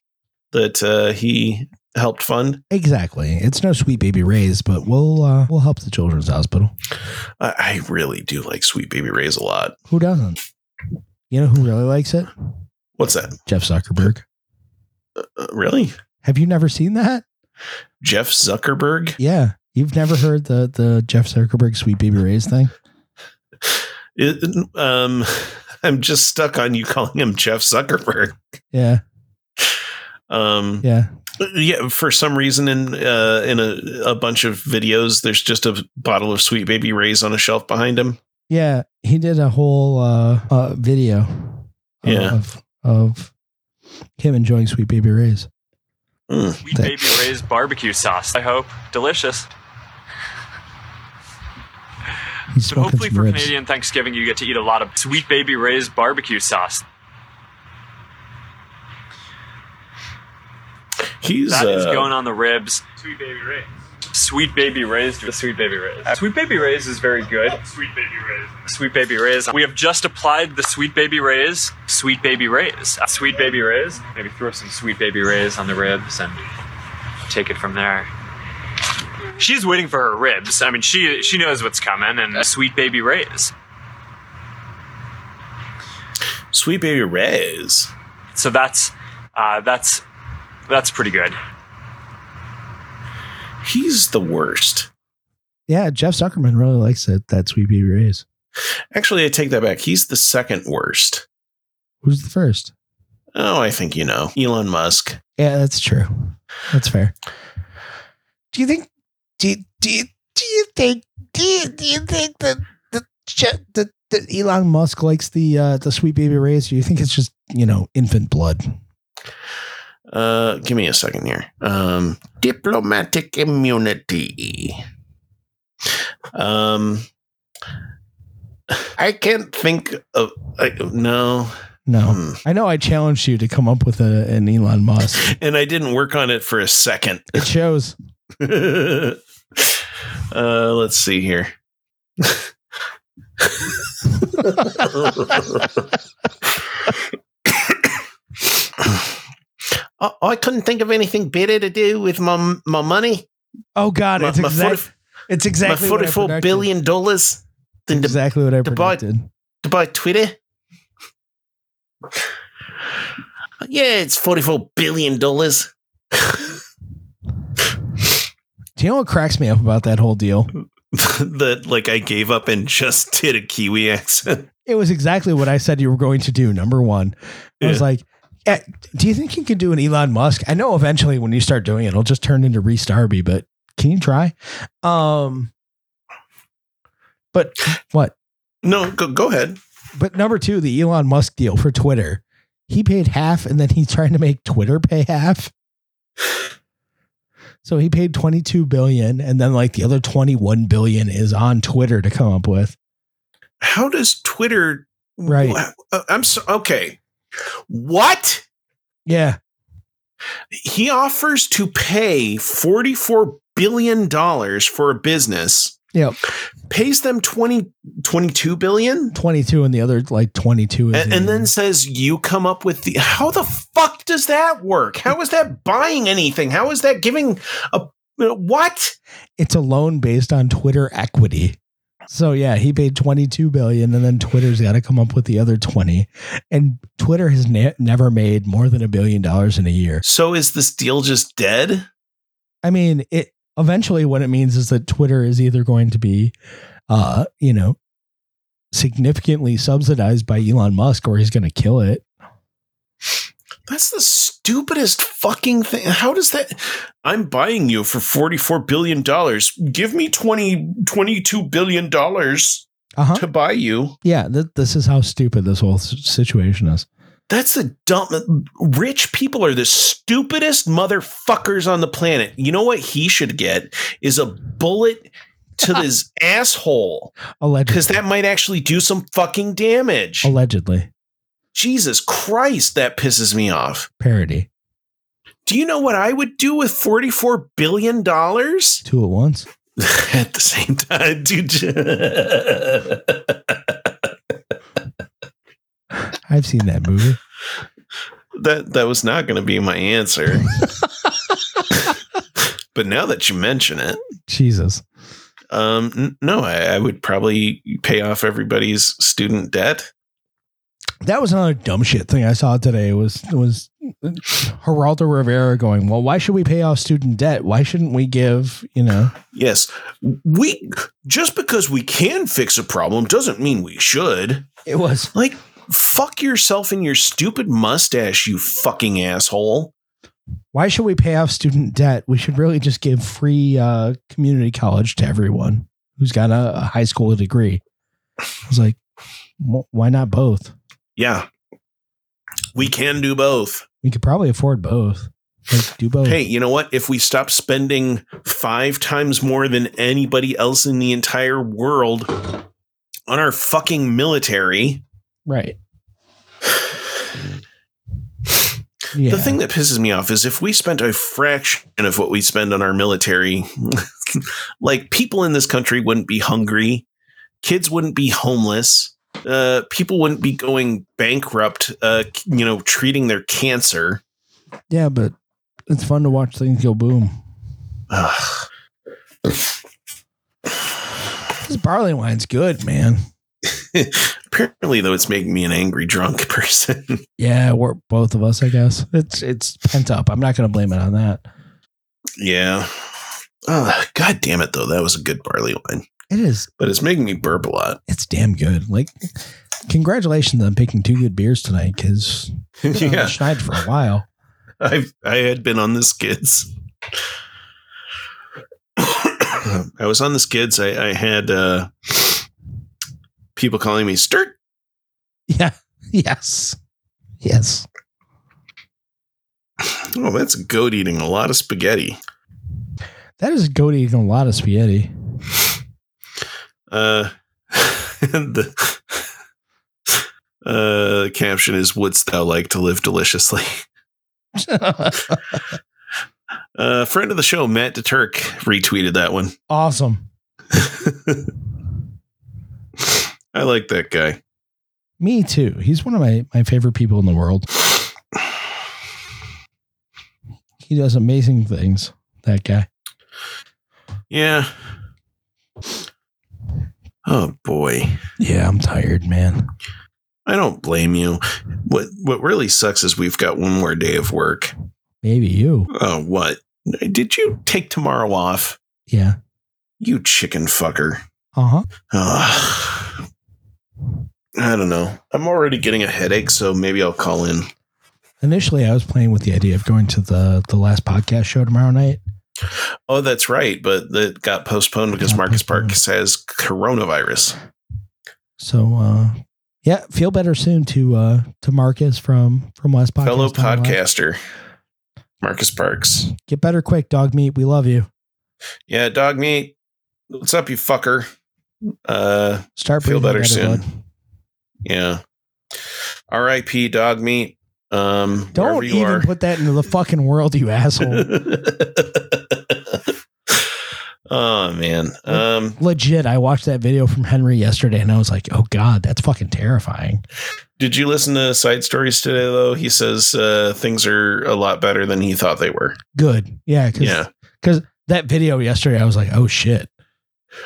that uh, he helped fund. Exactly. It's no sweet baby Ray's, but we'll uh, we'll help the children's hospital. I, I really do like Sweet Baby Ray's a lot. Who doesn't? You know who really likes it? What's that? Jeff Zuckerberg. Uh, really? Have you never seen that? Jeff Zuckerberg. Yeah. You've never heard the the Jeff Zuckerberg Sweet Baby Ray's thing? It- um, I'm just stuck on you calling him Jeff Zuckerberg. Yeah. Um, Yeah. yeah, for some reason in uh, in a, a bunch of videos, there's just a bottle of Sweet Baby Ray's on a shelf behind him. Yeah, he did a whole uh, uh video of, Yeah. of of him enjoying Sweet Baby Ray's. Sweet That- baby Ray's barbecue sauce. I hope delicious. He's So smoking hopefully some for ribs. Canadian Thanksgiving, you get to eat a lot of sweet baby Ray's barbecue sauce. He's That is uh, going on the ribs. Sweet baby Ray's. Sweet baby Ray's. The sweet baby Ray's. Sweet baby Ray's is very good. Sweet baby Ray's. Sweet baby Ray's. We have just applied the sweet baby Ray's. Sweet baby Ray's. Uh, Sweet baby Ray's. Maybe throw some sweet baby Ray's on the ribs and take it from there. She's waiting for her ribs. I mean, she she knows what's coming, and sweet baby Ray's. Sweet Baby Ray's. So that's uh, that's that's pretty good. He's the worst. Yeah, Jeff Zuckerman really likes that that Sweet Baby Ray's. Actually, I take that back. He's the second worst. Who's the first? Oh, I think you know Elon Musk. Yeah, that's true. That's fair. Do you think? Do you, do you, do you think? Do you, do you think that the the that Elon Musk likes the uh, the Sweet Baby Ray's? Do you think it's just you know infant blood? Uh, give me a second here. Um, diplomatic immunity. Um, I can't think of I, no. No, Hmm. I know. I challenged you to come up with a, an Elon Musk. and I didn't work on it for a second. It shows. uh, let's see here. I, I couldn't think of anything better to do with my my money. Oh God, My- it's, my exact, 40 it's exactly my what I forty-four predicted. billion dollars than to, Exactly what I the bud. predicted. to buy Twitter. Yeah, it's forty-four billion dollars. Do you know what cracks me up about that whole deal? that like I gave up and just did a Kiwi accent. It was exactly what I said you were going to do. Number one, I was Yeah. like, eh, "Do you think you could do an Elon Musk?" I know eventually when you start doing it, it'll just turn into Reese Darby, but can you try? Um, but what? No, go, go ahead. But number two, the Elon Musk deal for Twitter, he paid half, and then he's trying to make Twitter pay half. So he paid twenty two billion, and then like the other twenty one billion is on Twitter to come up with. How does Twitter? Right. Uh, I'm so okay. What Yeah, he offers to pay forty-four billion dollars for a business. Yep. Pays them 20, 22 billion, twenty two, and the other like twenty two is. and, and then says you come up with the. How the fuck does that work? How is that buying anything? How is that giving a what? it's a loan based on Twitter equity. So yeah, he paid 22 billion and then Twitter's got to come up with the other 20. And Twitter has ne- never made more than a billion dollars in a year. So is this deal just dead? I mean, it eventually what it means is that Twitter is either going to be uh, you know, significantly subsidized by Elon Musk or he's going to kill it. That's the stupidest fucking thing. How does that? I'm buying you for $44 billion. Give me 20, $22 billion to Uh-huh. buy you. Yeah, th- this is how stupid this whole s- situation is. That's the dumb. Rich people are the stupidest motherfuckers on the planet. You know what he should get is a bullet to his asshole Allegedly. because that might actually do some fucking damage. Oh. Allegedly. Jesus Christ, that pisses me off. Parody. Do you know what I would do with $44 billion? Two at once. at the same time, dude. I've seen that movie. that that was not going to be my answer. but now that you mention it, Jesus. um, n- no, I, I would probably pay off everybody's student debt. That was another dumb shit thing I saw today was was Geraldo Rivera going, Well, why should we pay off student debt? Why shouldn't we give, you know? Yes, we just because we can fix a problem doesn't mean we should. It was Like, fuck yourself in your stupid mustache, you fucking asshole. why should we pay off student debt? We should really just give free uh, community college to everyone who's got a, a high school degree. I was like, "Wh- why not both? Yeah, we can do both. We could probably afford both. Like, do both. Hey, you know what? If we stop spending five times more than anybody else in the entire world on our fucking military, Right. Yeah. the thing that pisses me off is if we spent a fraction of what we spend on our military, like people in this country wouldn't be hungry, kids wouldn't be homeless, uh, people wouldn't be going bankrupt, uh, you know, treating their cancer. yeah, but it's fun to watch things go boom. Ugh. This barley wine's good, man. Apparently, though, it's making me an angry drunk person. Yeah, we're both of us, I guess. It's it's pent up. I'm not gonna blame it on that. Yeah. Uh, God damn it, though. That was a good barley wine, It is. but it's making me burp a lot. It's damn good. Like, congratulations on picking two good beers tonight, because yeah. yeah. Schneid for a while. I've, I had been on the skids. I was on the skids. I, I had uh, people calling me Sturt. Yeah. Yes. Yes. Oh, that's a goat eating a lot of spaghetti. That is goat eating a lot of spaghetti. Uh, and the uh, caption is Wouldst thou like to live deliciously? Uh, friend of the show, Matt DeTurk, retweeted that one. awesome. I like that guy. Me too. He's one of my, my favorite people in the world. He does amazing things, that guy. Yeah. Oh boy. Yeah, I'm tired, man. I don't blame you. What what really sucks is we've got one more day of work. Maybe you. Oh, what? Did you take tomorrow off? Yeah. You chicken fucker. Uh huh. Ugh. I don't know. I'm already getting a headache, so maybe I'll call in. Initially, I was playing with the idea of going to the, the last podcast show tomorrow night. Oh, that's right, but that got postponed because Got Marcus postponed. Parks has coronavirus. So, uh, yeah, feel better soon to uh, to Marcus from from last podcast. Fellow Time Alive. podcaster. Marcus Parks. Get better quick, dog meat. We love you. Yeah, dog meat. What's up, you fucker? Uh, Start Feel breathing better soon. bud. yeah. R.I.P. Dog meat. Um, Don't wherever you even put that into the fucking world, you asshole. are. oh man. Um, Legit, I watched that video from Henry yesterday, and I was like, "Oh God, that's fucking terrifying." did you listen to side stories today? Though he says uh, things are a lot better than he thought they were. Good, yeah, cause, Yeah. 'cause that video yesterday, I was like, "Oh shit."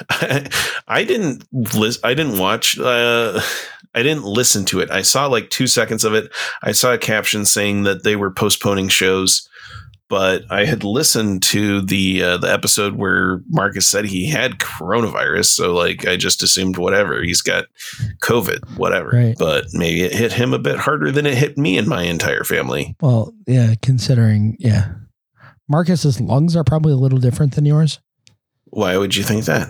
I didn't lis- I didn't watch uh I didn't listen to it. I saw like 2 seconds of it. I saw a caption saying that they were postponing shows, but I had listened to the uh, the episode where Marcus said he had coronavirus, so like I just assumed whatever. He's got COVID, whatever. Right. But maybe it hit him a bit harder than it hit me and my entire family. Well, yeah, considering, yeah, Marcus's lungs are probably a little different than yours. Why would you think that?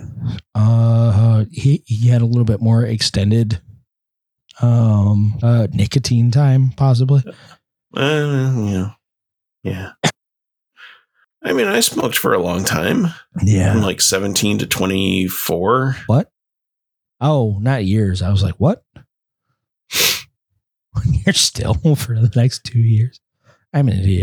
Uh, he he had a little bit more extended, um, uh, nicotine time possibly. Uh, yeah. Yeah. I mean, I smoked for a long time. Yeah. from like 17 to 24 Oh, not years. I was like, what? You're still for the next two years. I'm an idiot.